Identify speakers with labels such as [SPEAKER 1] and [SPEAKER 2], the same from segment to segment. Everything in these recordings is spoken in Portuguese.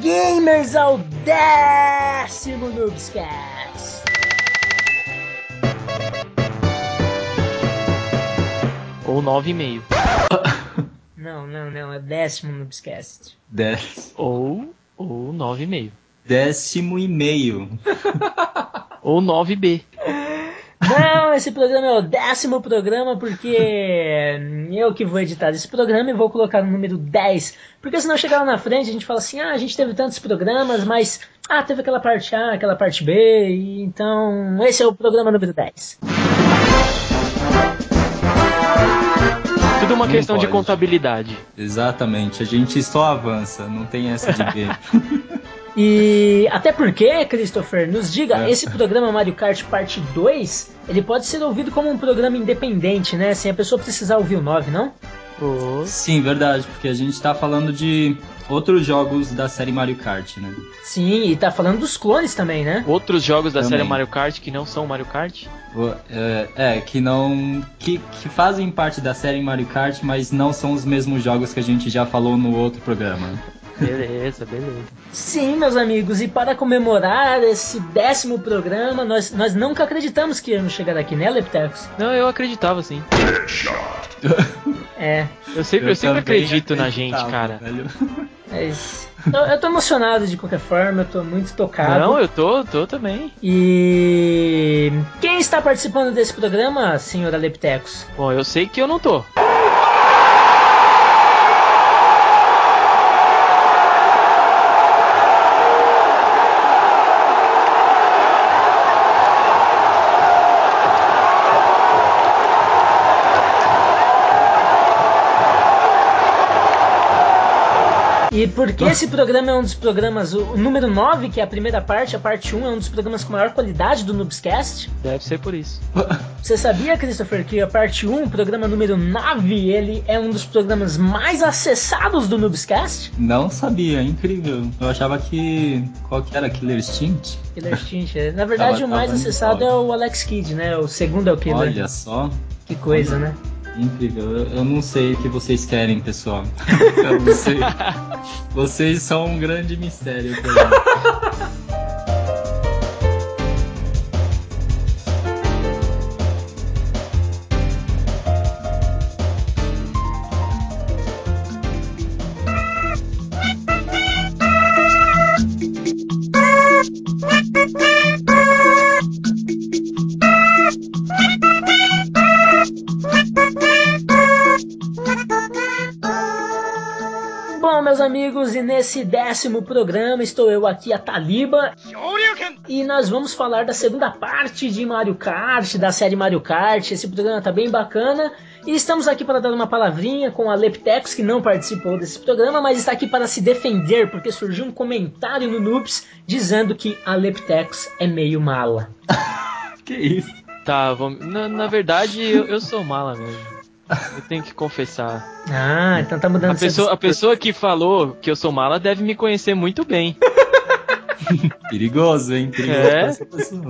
[SPEAKER 1] gamers ao décimo Noobscast.
[SPEAKER 2] Ou nove e meio.
[SPEAKER 1] Não, não, não, é décimo Noobscast.
[SPEAKER 3] Dez,
[SPEAKER 2] Ou, ou nove e meio.
[SPEAKER 3] décimo e meio.
[SPEAKER 2] Ou 9B.
[SPEAKER 1] Não, esse programa é o décimo programa porque eu que vou editar esse programa e vou colocar o número 10. Porque senão chegar lá na frente a gente fala assim, ah, a gente teve tantos programas, mas ah, teve aquela parte A, aquela parte B, e então esse é o programa número 10.
[SPEAKER 2] Tudo uma
[SPEAKER 3] Não
[SPEAKER 2] questão de
[SPEAKER 3] pode.
[SPEAKER 2] contabilidade.
[SPEAKER 3] Exatamente, a gente só avança, não tem essa de B.
[SPEAKER 1] E até porque, Christopher, nos diga,
[SPEAKER 3] É.
[SPEAKER 1] esse programa Mario Kart Parte 2, ele pode ser ouvido como um programa independente, né? Sem a pessoa precisar ouvir o 9, não?
[SPEAKER 2] Ou...
[SPEAKER 3] Sim, verdade, porque a gente tá falando de outros jogos da série Mario Kart, né?
[SPEAKER 1] Sim, e tá falando dos clones também, né?
[SPEAKER 2] Outros jogos da
[SPEAKER 3] Também.
[SPEAKER 2] série Mario Kart que não são Mario Kart?
[SPEAKER 3] O- É, é, que não. Que, que fazem parte da série Mario Kart, mas não são os mesmos jogos que a gente já falou no outro programa.
[SPEAKER 2] Beleza, beleza.
[SPEAKER 1] Sim, meus amigos, e para comemorar esse décimo programa, nós, nós nunca acreditamos que íamos chegar aqui, né, Leptecos?
[SPEAKER 2] Não, eu acreditava sim.
[SPEAKER 1] É,
[SPEAKER 2] Eu sempre, eu sempre
[SPEAKER 3] também
[SPEAKER 2] acredito na gente,
[SPEAKER 3] acreditava,
[SPEAKER 2] cara.
[SPEAKER 3] velho.
[SPEAKER 1] mas. é Eu, eu tô emocionado de qualquer forma, eu tô muito tocado.
[SPEAKER 2] Não, eu tô, tô também.
[SPEAKER 1] E. Quem está participando desse programa, senhora Leptecos?
[SPEAKER 2] Bom, eu sei que eu não tô.
[SPEAKER 1] E porque esse programa é um dos programas, o o número 9, que é a primeira parte, a parte 1, é um dos programas com maior qualidade do Noobscast.
[SPEAKER 2] Deve ser por isso.
[SPEAKER 1] Você sabia, Christopher, que a parte 1, o programa número 9, ele é um dos programas mais acessados do Noobscast?
[SPEAKER 3] Não sabia, é incrível. Eu achava que. Qual que era? Killer Instinct?
[SPEAKER 1] Killer Instinct. é. Na verdade,
[SPEAKER 3] Tava-
[SPEAKER 1] o mais
[SPEAKER 3] tava
[SPEAKER 1] acessado
[SPEAKER 3] muito
[SPEAKER 1] é o Alex Kidd, né? O segundo é o Killer.
[SPEAKER 3] Olha só.
[SPEAKER 1] que coisa, né?
[SPEAKER 3] Incrível, eu, eu não sei o que vocês querem, pessoal. Eu não sei. Vocês são um grande mistério pra mim.
[SPEAKER 1] Bom, meus amigos, e nesse décimo programa estou eu aqui, a Taliba. E nós vamos falar da segunda parte de Mario Kart, da série Mario Kart. Esse programa tá bem bacana. E estamos aqui para dar uma palavrinha com a Leptex, que não participou desse programa, mas está aqui para se defender, porque surgiu um comentário no Noobs dizendo que a Leptex é meio mala.
[SPEAKER 3] Que isso?
[SPEAKER 2] Tá, vamos. Na, na verdade, eu, eu sou mala mesmo. Eu tenho que confessar.
[SPEAKER 1] Ah, então tá mudando
[SPEAKER 2] A
[SPEAKER 1] seu
[SPEAKER 2] pessoa, a
[SPEAKER 1] discurso.
[SPEAKER 2] pessoa que falou que eu sou mala deve me conhecer muito bem.
[SPEAKER 3] Perigoso, hein? Perigoso
[SPEAKER 2] É?
[SPEAKER 3] pra essa pessoa.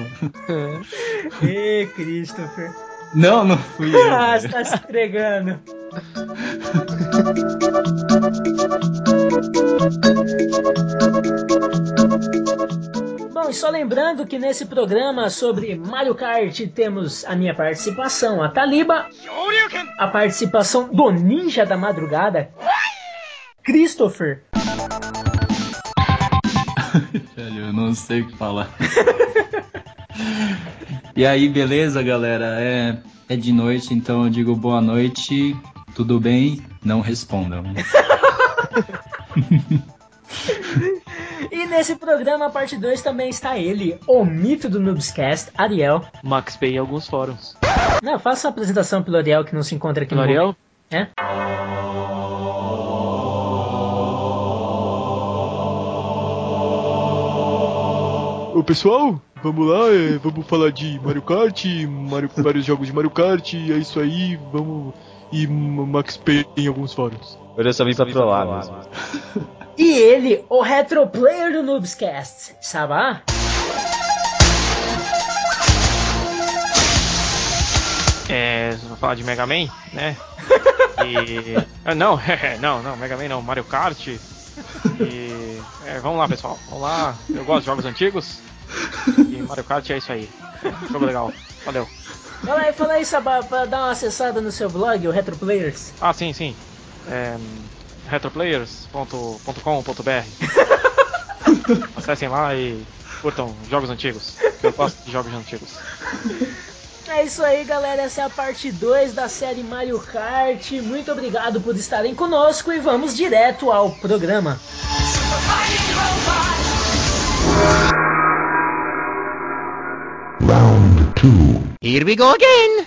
[SPEAKER 1] Ê, Christopher.
[SPEAKER 3] Não, não fui eu.
[SPEAKER 1] Ah, você tá se entregando. Bom, e só lembrando que nesse programa sobre Mario Kart temos a minha participação, a Taliba, a participação do Ninja da Madrugada, Christopher,
[SPEAKER 3] Velho, eu não sei o que falar. e aí, beleza, galera? É, é de noite, então eu digo boa noite. Tudo bem? Não respondam.
[SPEAKER 1] e nesse programa, parte 2, também está ele, o mito do Noobscast, Ariel.
[SPEAKER 2] Max Pay em alguns fóruns.
[SPEAKER 1] Não, faça a apresentação pelo Ariel que não se encontra aqui no
[SPEAKER 2] L'Oreal?
[SPEAKER 1] É?
[SPEAKER 4] Ô pessoal, vamos lá, é, vamos falar de Mario Kart, Mario- vários jogos de Mario Kart, é isso aí, vamos. E M- Max Payne em alguns fóruns.
[SPEAKER 5] Eu já só vim pra trollar mesmo.
[SPEAKER 1] E ele, o retroplayer do Noobscast, Sabá?
[SPEAKER 2] É. Vou falar de
[SPEAKER 5] é,
[SPEAKER 2] Mega Man, né? E. ah, não, não, não, Mega Man não, Mario Kart.
[SPEAKER 5] E, é, vamos lá, pessoal. Vamos lá. Eu gosto de jogos antigos. E Mario Kart é isso aí. Jogo legal. Valeu.
[SPEAKER 1] Fala aí, fala aí, Sabá, pra dar uma acessada no seu blog, o Retro Players.
[SPEAKER 5] Ah, sim, sim. É, retroplayers.com.br Acessem lá e curtam jogos antigos. que Eu gosto de jogos antigos.
[SPEAKER 1] É isso aí, galera. Essa é a parte 2 da série Mario Kart. Muito obrigado por estarem conosco e vamos direto ao programa.
[SPEAKER 6] Round two. Here we go again.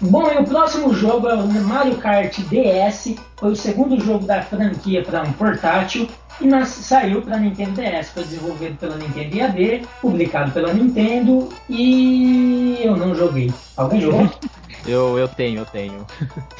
[SPEAKER 1] Bom, e o próximo jogo é o Mario Kart DS. Foi o segundo jogo da franquia para um portátil e nas- saiu para Nintendo DS. Foi desenvolvido pela Nintendo EAD, publicado pela Nintendo e eu não joguei. Alguém jogou?
[SPEAKER 3] Eu, eu tenho, eu tenho.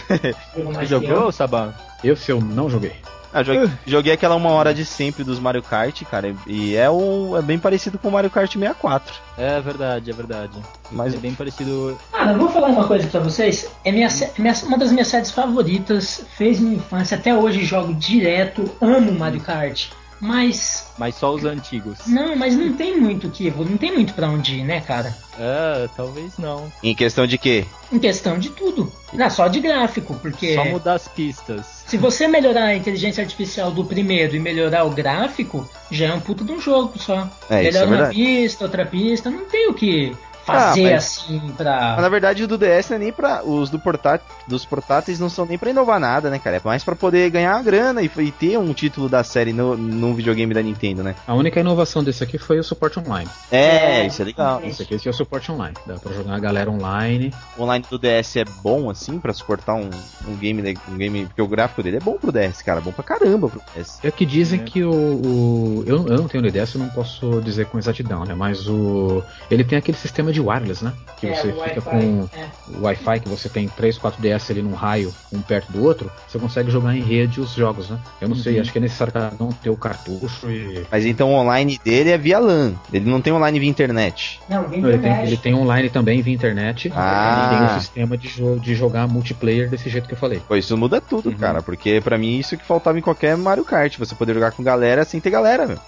[SPEAKER 1] Jogou
[SPEAKER 3] Você
[SPEAKER 1] mais que eu?
[SPEAKER 3] jogou, Saban?
[SPEAKER 7] Eu, se eu não joguei.
[SPEAKER 8] Ah, joguei, joguei aquela uma hora de sempre dos Mario Kart, cara, e é, um, é bem parecido com o Mario Kart 64.
[SPEAKER 3] É verdade, é verdade.
[SPEAKER 8] Mas
[SPEAKER 3] É bem parecido.
[SPEAKER 1] Cara, eu vou falar uma coisa pra vocês. É minha, sé- minha- uma das minhas séries favoritas, fez minha infância, até hoje jogo direto, amo Mario Kart. Mas,
[SPEAKER 3] Mas só os antigos.
[SPEAKER 1] não, mas não tem muito o que, não tem muito pra onde ir, né, cara?
[SPEAKER 3] É, talvez não.
[SPEAKER 8] em questão de quê?
[SPEAKER 1] Em questão de tudo. Não, só de gráfico, porque
[SPEAKER 3] Só mudar as pistas.
[SPEAKER 1] se você melhorar a inteligência artificial do primeiro e melhorar o gráfico, já é um puto de um jogo só.
[SPEAKER 8] É, isso
[SPEAKER 1] Melhora
[SPEAKER 8] é
[SPEAKER 1] uma
[SPEAKER 8] verdade. Ah,
[SPEAKER 1] pista, outra pista, não tem o que fazer
[SPEAKER 8] mas-
[SPEAKER 1] assim
[SPEAKER 8] Mas,
[SPEAKER 1] pra.
[SPEAKER 8] na verdade, o do DS não é nem pra. Os do portá dos portáteis não são nem pra inovar nada, né, cara? É mais pra poder ganhar uma grana e, e ter um título da série no, num videogame da Nintendo, né?
[SPEAKER 7] A única inovação um desse aqui foi o suporte online.
[SPEAKER 8] É, isso é legal.
[SPEAKER 7] Esse aqui esse é o suporte online. Dá pra jogar a galera online.
[SPEAKER 8] O online do DS é bom, assim, pra suportar um, um game. le- Um game porque o gráfico dele é bom pro DS, cara. Bom pra caramba pro DS.
[SPEAKER 7] É que dizem
[SPEAKER 3] É.
[SPEAKER 7] que o. o- eu, eu não tenho NDS, eu não posso dizer com exatidão, né? Mas o. Ele tem aquele sistema de wireless, né? Que
[SPEAKER 1] É,
[SPEAKER 7] você
[SPEAKER 1] o
[SPEAKER 7] fica
[SPEAKER 1] Wi-Fi,
[SPEAKER 7] com
[SPEAKER 1] é.
[SPEAKER 7] o Wi-Fi, que você tem 3, 4 DS ali num raio, um perto do outro, você consegue jogar em rede os jogos, né? Eu não
[SPEAKER 1] Uhum.
[SPEAKER 7] sei, acho que é necessário cada um ter o cartucho e.
[SPEAKER 8] Mas então o online dele é via LAN. Ele não tem online via internet.
[SPEAKER 1] Não, vem
[SPEAKER 7] Não, ele, tem,
[SPEAKER 1] internet.
[SPEAKER 7] ele tem online também via internet.
[SPEAKER 8] Ah.
[SPEAKER 7] E tem um sistema de, jo- de jogar multiplayer desse jeito que eu falei.
[SPEAKER 8] Pô, isso muda tudo,
[SPEAKER 7] Uhum.
[SPEAKER 8] cara. Porque pra mim isso que faltava em qualquer Mario Kart. Você poder jogar com galera sem ter galera, meu.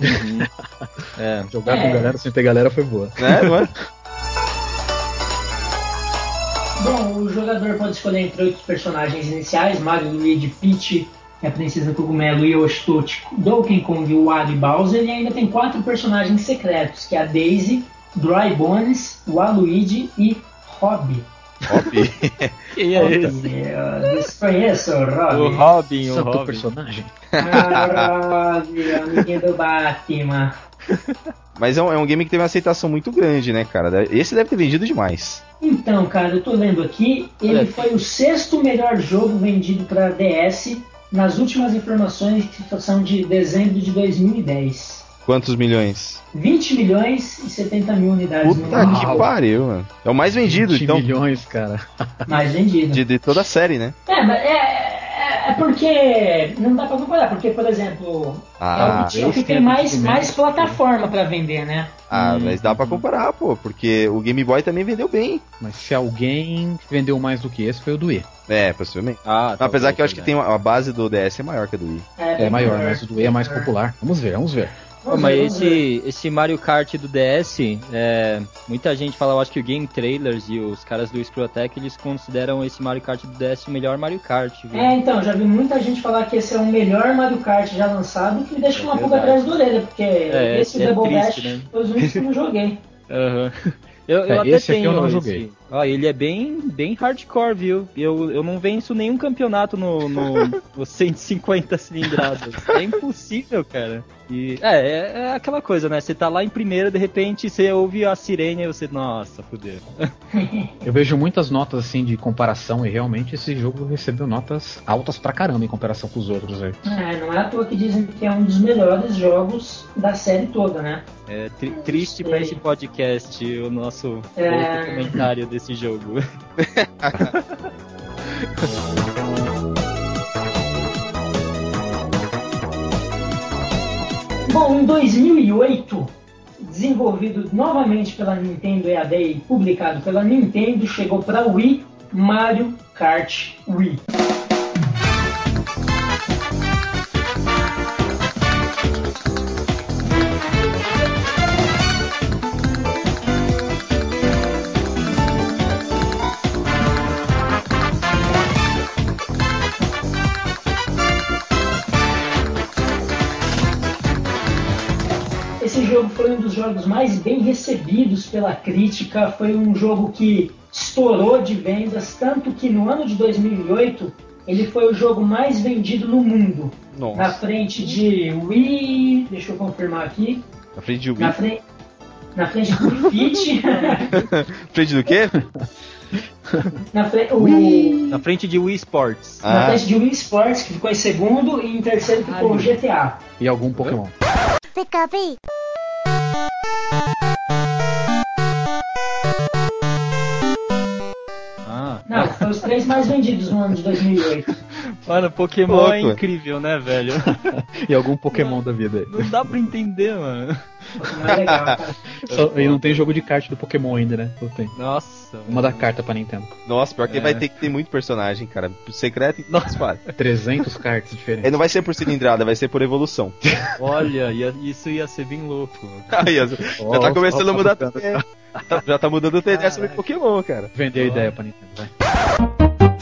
[SPEAKER 3] É.
[SPEAKER 7] Jogar
[SPEAKER 1] É.
[SPEAKER 7] com galera sem ter galera foi boa.
[SPEAKER 8] Né? Não é?
[SPEAKER 1] Bom, o jogador pode escolher entre oito personagens iniciais, Mario, Luigi, Peach, que é a Princesa Cogumelo, Yoshi, Toad, Donkey Kong, Wario e Bowser, e ainda tem quatro personagens secretos, que é a Daisy, Dry Bones, Waluigi e Robbie.
[SPEAKER 9] E aí?
[SPEAKER 1] É, Eu desconheço o
[SPEAKER 3] O
[SPEAKER 1] Robbie.
[SPEAKER 3] Robin, o
[SPEAKER 7] Santo
[SPEAKER 3] Robin.
[SPEAKER 7] personagem.
[SPEAKER 1] Ah, Robbie, amiguinho do Batman.
[SPEAKER 8] Mas é um, é um game que teve uma aceitação muito grande, né, cara? Deve- Esse deve ter vendido demais.
[SPEAKER 1] Então, cara, eu tô lendo aqui, ele
[SPEAKER 3] Olha.
[SPEAKER 1] foi o sexto melhor jogo vendido pra DS nas últimas informações que são de dezembro de 2010.
[SPEAKER 8] Quantos milhões?
[SPEAKER 1] 20 milhões e 70 mil unidades
[SPEAKER 8] Puta
[SPEAKER 1] no
[SPEAKER 8] que pariu, mano. É o mais vendido,
[SPEAKER 7] 20
[SPEAKER 8] então.
[SPEAKER 7] milhões, cara.
[SPEAKER 1] mais vendido.
[SPEAKER 8] De, de toda a série, né?
[SPEAKER 1] É, mas é, é, é porque não dá pra comparar, porque, por exemplo, é
[SPEAKER 8] Ah,
[SPEAKER 1] o que- é o que
[SPEAKER 7] esse
[SPEAKER 1] tem
[SPEAKER 7] é
[SPEAKER 1] mais,
[SPEAKER 7] muito
[SPEAKER 1] mais plataforma pra vender, né?
[SPEAKER 8] ah, mas dá pra comparar, pô. Porque o Game Boy também vendeu bem.
[SPEAKER 7] Mas se alguém vendeu mais do que esse, foi o do E.
[SPEAKER 8] É, possivelmente.
[SPEAKER 3] Ah,
[SPEAKER 8] Apesar
[SPEAKER 3] talvez,
[SPEAKER 8] que eu acho que
[SPEAKER 3] né?
[SPEAKER 8] tem uma- a base do DS é maior que a do Wii.
[SPEAKER 7] É maior, mas
[SPEAKER 1] mas
[SPEAKER 7] o do E é mais popular. Vamos ver, vamos ver.
[SPEAKER 3] Pô, mas esse, esse Mario Kart do DS, é, muita gente fala, eu acho que o Game Trailers e os caras do Scrotech, eles consideram esse Mario Kart do DS o melhor Mario Kart, viu?
[SPEAKER 1] É, então, já vi muita gente falar que esse é o melhor Mario Kart já lançado, que me deixa
[SPEAKER 3] É
[SPEAKER 1] com uma pulga
[SPEAKER 3] verdade.
[SPEAKER 1] atrás da orelha, porque
[SPEAKER 3] É,
[SPEAKER 1] esse
[SPEAKER 3] é
[SPEAKER 1] Double
[SPEAKER 3] triste,
[SPEAKER 1] Dash
[SPEAKER 3] né?
[SPEAKER 1] foi os únicos que eu não joguei.
[SPEAKER 3] Aham. Eu, eu
[SPEAKER 7] É,
[SPEAKER 3] até
[SPEAKER 7] esse aqui
[SPEAKER 3] tenho
[SPEAKER 7] eu não
[SPEAKER 3] esse.
[SPEAKER 7] joguei.
[SPEAKER 3] Ó, ele é bem, bem hardcore, viu? Eu, eu não venço nenhum campeonato no, no, no 150 cilindradas. É impossível, cara. E, é, é, é aquela coisa, né? Você tá lá em primeiro, de repente você ouve a sirene e você, nossa, fudeu.
[SPEAKER 7] Eu vejo muitas notas assim de comparação e realmente esse jogo recebeu notas altas pra caramba em comparação com os outros aí.
[SPEAKER 1] É, não é à toa que dizem que é um dos melhores jogos da série toda, né?
[SPEAKER 3] É tri- triste pra esse podcast o nosso
[SPEAKER 1] É.
[SPEAKER 3] outro comentário desse jogo.
[SPEAKER 1] Bom, em 2008, desenvolvido novamente pela Nintendo EAD e publicado pela Nintendo, chegou para Wii Mario Kart Wii. Esse jogo foi um dos jogos mais bem recebidos pela crítica, foi um jogo que estourou de vendas, tanto que no ano de 2008 ele foi o jogo mais vendido no mundo, na
[SPEAKER 8] Nossa.
[SPEAKER 1] frente de Wii, deixa eu confirmar aqui,
[SPEAKER 8] Na frente de Wii.
[SPEAKER 1] na
[SPEAKER 8] Na
[SPEAKER 1] frente na frente do Fit,
[SPEAKER 8] frente do quê?
[SPEAKER 1] na, fre- o,
[SPEAKER 3] Na frente de Wii Sports.
[SPEAKER 1] na
[SPEAKER 8] Ah,
[SPEAKER 1] frente de Wii Sports, que ficou em segundo, e em terceiro ficou o GTA.
[SPEAKER 7] E algum Pokémon. Ah,
[SPEAKER 1] Não, foi os três mais vendidos no ano de 2008.
[SPEAKER 3] Mano, Pokémon
[SPEAKER 8] Louco.
[SPEAKER 3] é incrível, né, velho?
[SPEAKER 7] e algum Pokémon da vida aí.
[SPEAKER 3] Não dá pra entender, mano.
[SPEAKER 1] Não é legal, cara.
[SPEAKER 7] Só- e não tem jogo de kart do Pokémon ainda, né? Ou tem?
[SPEAKER 3] Nossa. velho.
[SPEAKER 7] Uma da carta pra Nintendo.
[SPEAKER 8] nossa, pior que
[SPEAKER 3] É.
[SPEAKER 8] vai ter que ter muito personagem, cara. Secreto e
[SPEAKER 3] Nossa.
[SPEAKER 8] nossa, vale.
[SPEAKER 7] 300 cartas diferentes.
[SPEAKER 8] Ele não vai ser por cilindrada, vai ser por evolução.
[SPEAKER 3] Olha, ia- isso ia ser bem louco.
[SPEAKER 8] Aí, ó, já tá começando a mudar também. Tá- Já tá mudando a tendência sobre
[SPEAKER 3] Caraca.
[SPEAKER 8] Pokémon, cara.
[SPEAKER 7] Vender a ideia pra Nintendo, vai.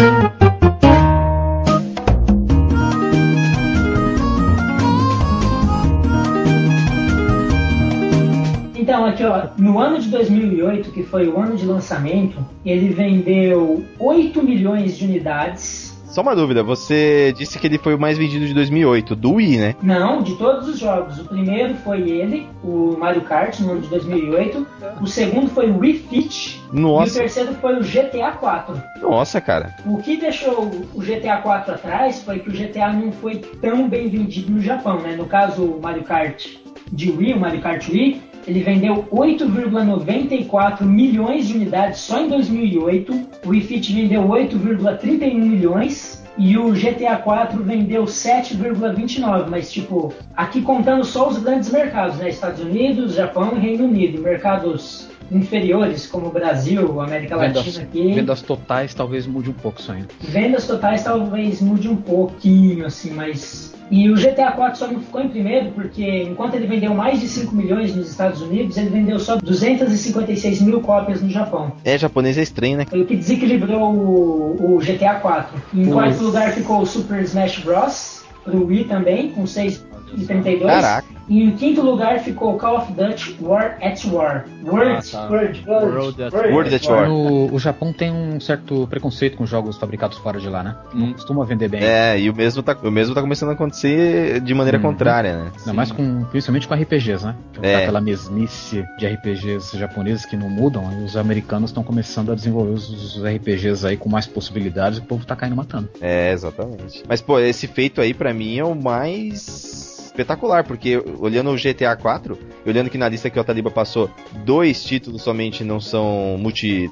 [SPEAKER 1] Então, aqui ó, no ano de 2008, que foi o ano de lançamento, ele vendeu 8 milhões de unidades.
[SPEAKER 8] Só uma dúvida, você disse que ele foi o mais vendido de 2008, do Wii, né?
[SPEAKER 1] Não, de todos os jogos. O primeiro foi ele, o Mario Kart, no ano de 2008. O segundo foi o Wii Fit. E o
[SPEAKER 8] Nossa,
[SPEAKER 1] terceiro foi o GTA 4.
[SPEAKER 8] nossa, cara.
[SPEAKER 1] O que deixou o GTA 4 atrás foi que o GTA não foi tão bem vendido no Japão, né? No caso, o Mario Kart de Wii, o Mario Kart Wii, ele vendeu 8,94 milhões de unidades só em 2008. O Wii Fit vendeu 8,31 milhões. E o GTA 4 vendeu 7,29, mas tipo, aqui contando só os grandes mercados, né? Estados Unidos, Japão e Reino Unido. Mercados inferiores, como o Brasil, América
[SPEAKER 7] Vendas,
[SPEAKER 1] Latina aqui.
[SPEAKER 7] vendas totais talvez mude um pouco isso ainda.
[SPEAKER 1] Vendas totais talvez mude um pouquinho, assim, mas. E o GTA IV só não ficou em primeiro porque, enquanto ele vendeu mais de 5 milhões nos Estados Unidos, ele vendeu só 256 mil cópias no Japão.
[SPEAKER 8] É, japonês é estranho, né?
[SPEAKER 1] Foi o que desequilibrou o, o GTA IV. Em quarto lugar ficou o Super Smash Bros. pro Wii também, com 6,32.
[SPEAKER 8] Caraca.
[SPEAKER 1] E em quinto lugar ficou Call of Duty War at War. World,
[SPEAKER 3] Ah, tá.
[SPEAKER 1] World, World,
[SPEAKER 3] World at
[SPEAKER 8] World at War.
[SPEAKER 7] No- o Japão tem um certo preconceito com jogos fabricados fora de lá, né? Não costuma vender bem.
[SPEAKER 8] É, e o mesmo tá, o mesmo tá começando a acontecer de maneira
[SPEAKER 7] Uhum.
[SPEAKER 8] contrária, né?
[SPEAKER 7] Ainda mais com, principalmente com RPGs, né? Que
[SPEAKER 8] É.
[SPEAKER 7] Tá aquela mesmice de RPGs japoneses que não mudam, e os americanos estão começando a desenvolver os, os RPGs aí com mais possibilidades e o povo tá caindo matando.
[SPEAKER 8] É, exatamente. Mas, pô, esse feito aí pra mim é o mais espetacular, porque olhando o GTA 4, e olhando que na lista que o Taliba passou, dois títulos somente não são multi.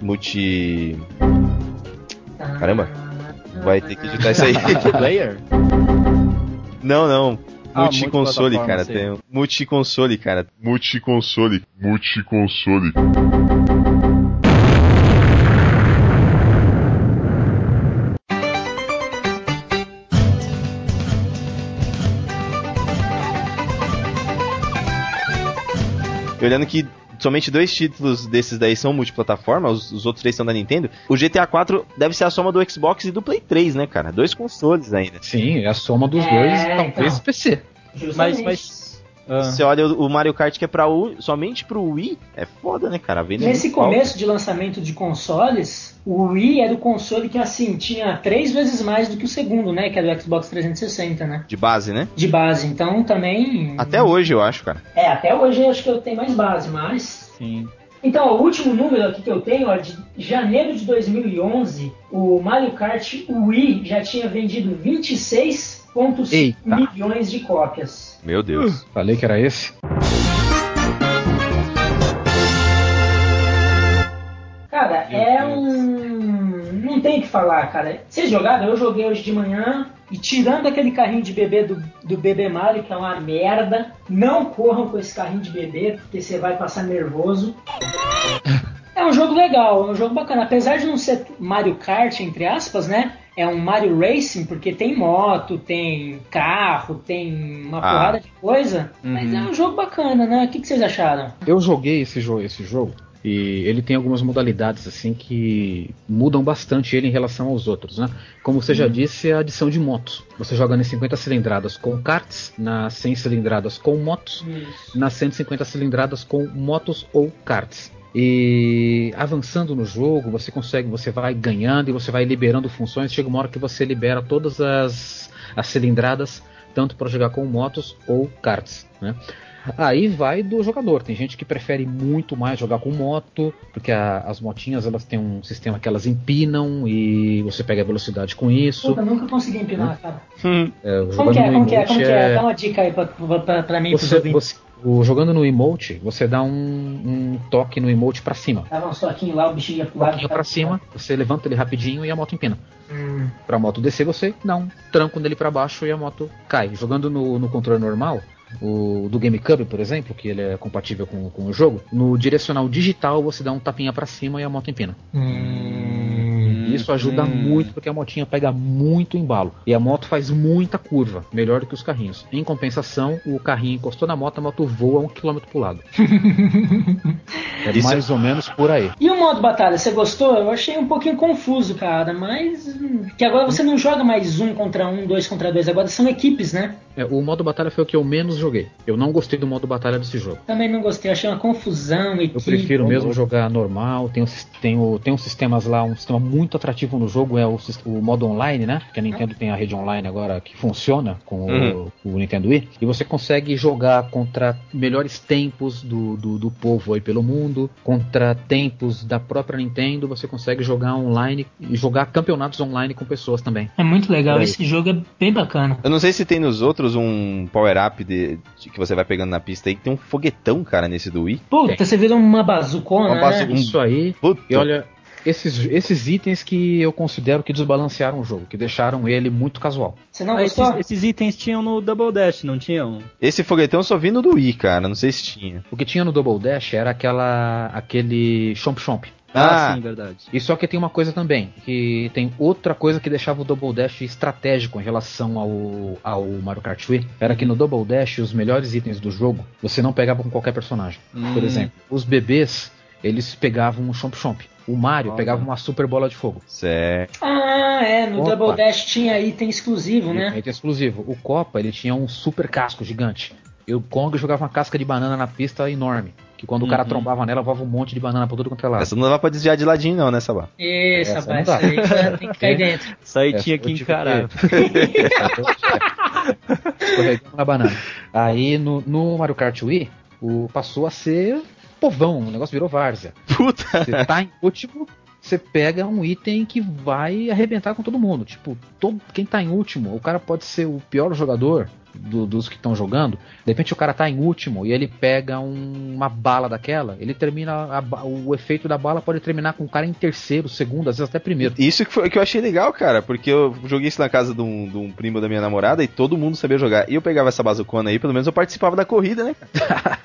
[SPEAKER 8] multi.
[SPEAKER 1] Ah,
[SPEAKER 8] Caramba. Vai ter que editar isso aí.
[SPEAKER 3] Player?
[SPEAKER 8] Não, não.
[SPEAKER 3] Ah,
[SPEAKER 8] Multiconsole,
[SPEAKER 3] multiplataforma,
[SPEAKER 8] cara.
[SPEAKER 3] sim.
[SPEAKER 8] Tem um- multiconsole, cara. Multiconsole. Multiconsole. E olhando que somente dois títulos desses daí são multiplataforma, os, os outros três são da Nintendo. O GTA 4 deve ser a soma do Xbox e do Play 3, né, cara? Dois consoles ainda.
[SPEAKER 7] Sim, é a soma dos
[SPEAKER 1] É,
[SPEAKER 7] dois, talvez
[SPEAKER 1] então.
[SPEAKER 7] PC.
[SPEAKER 1] Justamente.
[SPEAKER 3] Mas- mas- Ah,
[SPEAKER 8] Você olha o o Mario Kart que é pra U, somente pro Wii, é foda, né, cara? A venda é
[SPEAKER 1] Nesse
[SPEAKER 8] muito alta.
[SPEAKER 1] começo de lançamento de consoles, o Wii era o console que assim tinha três vezes mais do que o segundo, né? Que era o Xbox 360, né?
[SPEAKER 8] De base, né?
[SPEAKER 1] De base. Então também.
[SPEAKER 8] Até hoje, eu acho, cara.
[SPEAKER 1] É, até hoje eu acho que eu tenho mais base, mas.
[SPEAKER 3] sim.
[SPEAKER 1] Então, ó, o último número aqui que eu tenho, ó, de janeiro de 2011, o Mario Kart Wii já tinha vendido 26,5
[SPEAKER 7] Eita.
[SPEAKER 1] milhões de cópias.
[SPEAKER 8] Meu Deus.
[SPEAKER 7] Falei que era esse.
[SPEAKER 1] Cara, é um. Não tem o que falar, cara. Vocês jogaram? Eu joguei hoje de manhã. E tirando aquele carrinho de bebê do, do bebê Mario, que é uma merda, não corram com esse carrinho de bebê, porque você vai passar nervoso. É um jogo legal, é um jogo bacana. Apesar de não ser Mario Kart, entre aspas, né? É um Mario Racing, porque tem moto, tem carro, tem uma
[SPEAKER 8] Ah.
[SPEAKER 1] porrada de coisa. Mas é um jogo bacana, né? O que, que vocês acharam?
[SPEAKER 7] Eu joguei esse, jo esse jogo e ele tem algumas modalidades assim que mudam bastante ele em relação aos outros, né? Como você já disse, é a adição de motos. Você joga nas 50 cilindradas com karts, nas 100 cilindradas com motos, nas 150 cilindradas com motos ou karts. E avançando no jogo, você consegue, você vai ganhando e você vai liberando funções. Chega uma hora que você libera todas as, as cilindradas, tanto para jogar com motos ou karts, né? Aí vai do jogador. Tem gente que prefere muito mais jogar com moto, porque a- as motinhas elas têm um sistema que elas empinam e você pega a velocidade com isso.
[SPEAKER 1] Puta, nunca consegui empinar, cara.
[SPEAKER 7] É, o
[SPEAKER 1] Como que é?
[SPEAKER 7] no
[SPEAKER 1] Como que é?
[SPEAKER 7] emote
[SPEAKER 1] Como que é?
[SPEAKER 7] é-
[SPEAKER 1] Dá uma dica aí pra, pra, pra- pra mim. pros
[SPEAKER 7] você,
[SPEAKER 1] ouvintes.
[SPEAKER 7] você- o- jogando no emote, você dá um, um toque no emote pra cima.
[SPEAKER 1] Dava um soquinho lá, o bichinho ia pro lado.
[SPEAKER 7] Toquinho pra cima, você levanta ele rapidinho e a moto empina.
[SPEAKER 1] Hum.
[SPEAKER 7] Pra moto descer, você dá um tranco nele pra baixo e a moto cai. Jogando no, no controle normal, o do GameCube, por exemplo, que ele é compatível com, com o jogo, no direcional digital você dá um tapinha pra cima e a moto empina. E Isso ajuda
[SPEAKER 8] Uhum.
[SPEAKER 7] muito porque a motinha pega muito embalo. E a moto faz muita curva, melhor do que os carrinhos. Em compensação, o carrinho encostou na moto, a moto voa um quilômetro pro lado. é
[SPEAKER 8] Isso-
[SPEAKER 7] mais ou menos por aí.
[SPEAKER 1] E o modo batalha, você gostou? Eu achei um pouquinho confuso, cara, mas. hum, Que agora você não joga mais um contra um, dois contra dois, agora são equipes, né?
[SPEAKER 7] É, o modo batalha foi o que eu menos joguei. Eu não gostei do modo batalha desse jogo.
[SPEAKER 1] Também não gostei, achei uma confusão, equipe. um
[SPEAKER 7] Eu prefiro
[SPEAKER 1] né?
[SPEAKER 7] mesmo jogar normal. Tem, os- tem, o- tem uns sistemas lá, um sistema muito atrativo no jogo é o, sis- o modo online, né? Que a Nintendo tem a rede online agora que funciona com
[SPEAKER 8] Uhum.
[SPEAKER 7] o, o Nintendo Wii. E você consegue jogar contra melhores tempos do, do, do povo aí pelo mundo, contra tempos da própria Nintendo. Você consegue jogar online e jogar campeonatos online com pessoas também.
[SPEAKER 1] É muito legal,
[SPEAKER 7] Peraí.
[SPEAKER 1] esse jogo é bem bacana.
[SPEAKER 8] Eu não sei se tem nos outros um power-up de, de- que você vai pegando na pista aí, que tem um foguetão, cara, nesse do Wii.
[SPEAKER 1] Puta, você virou uma bazucona,
[SPEAKER 8] Uma
[SPEAKER 1] né?
[SPEAKER 8] bazu-
[SPEAKER 7] É, Isso aí.
[SPEAKER 8] Puta,
[SPEAKER 7] E olha. Esses, esses itens que eu considero que desbalancearam o jogo, que deixaram ele muito casual.
[SPEAKER 1] Você não
[SPEAKER 3] Ah, esses,
[SPEAKER 1] gostou?
[SPEAKER 3] esses itens tinham no Double Dash, não tinham?
[SPEAKER 8] esse foguetão eu só vi no do Wii, cara, não sei se tinha.
[SPEAKER 7] O que tinha no Double Dash era aquela aquele chomp chomp.
[SPEAKER 8] Ah,
[SPEAKER 3] sim, verdade.
[SPEAKER 7] E só que tem uma coisa também, que tem outra coisa que deixava o Double Dash estratégico em relação ao, ao Mario Kart Wii, era que no Double Dash os melhores itens do jogo você não pegava com qualquer personagem. Por exemplo, os bebês, eles pegavam um chomp chomp. O Mario
[SPEAKER 3] Ah,
[SPEAKER 7] pegava
[SPEAKER 3] tá.
[SPEAKER 7] uma super bola de fogo.
[SPEAKER 8] certo.
[SPEAKER 1] Ah, é, no
[SPEAKER 7] Opa.
[SPEAKER 1] Double Dash tinha item exclusivo,
[SPEAKER 7] Né?
[SPEAKER 1] né?
[SPEAKER 7] Item exclusivo. O Copa, ele tinha um super casco gigante. E o Kong jogava uma casca de banana na pista enorme. Que quando o cara trombava nela, voava um monte de banana pra todo quanto é lado.
[SPEAKER 8] Essa não dá pra desviar de ladinho não, né, Sabá?
[SPEAKER 1] Isso,
[SPEAKER 7] Essa
[SPEAKER 1] rapaz,
[SPEAKER 7] não dá.
[SPEAKER 1] isso aí já tem que cair dentro.
[SPEAKER 3] Isso aí
[SPEAKER 7] É,
[SPEAKER 3] tinha
[SPEAKER 7] eu
[SPEAKER 3] que
[SPEAKER 7] tive
[SPEAKER 3] encarar.
[SPEAKER 7] que- Escorregamos na banana. Aí no, no Mario Kart Wii, o, passou a ser povão, o negócio virou várzea.
[SPEAKER 8] Puta!
[SPEAKER 7] Você tá em último, você pega um item que vai arrebentar com todo mundo. Tipo, todo, quem tá em último, o cara pode ser o pior jogador do- dos que estão jogando. De repente o cara tá em último e ele pega um- uma bala daquela, ele termina. a ba- o efeito da bala pode terminar com o cara em terceiro, segundo, às vezes até primeiro.
[SPEAKER 8] Isso que, foi, que eu achei legal, cara, porque eu joguei isso na casa de um, de um primo da minha namorada e todo mundo sabia jogar. E eu pegava essa bazucona aí, pelo menos eu participava da corrida, né, cara?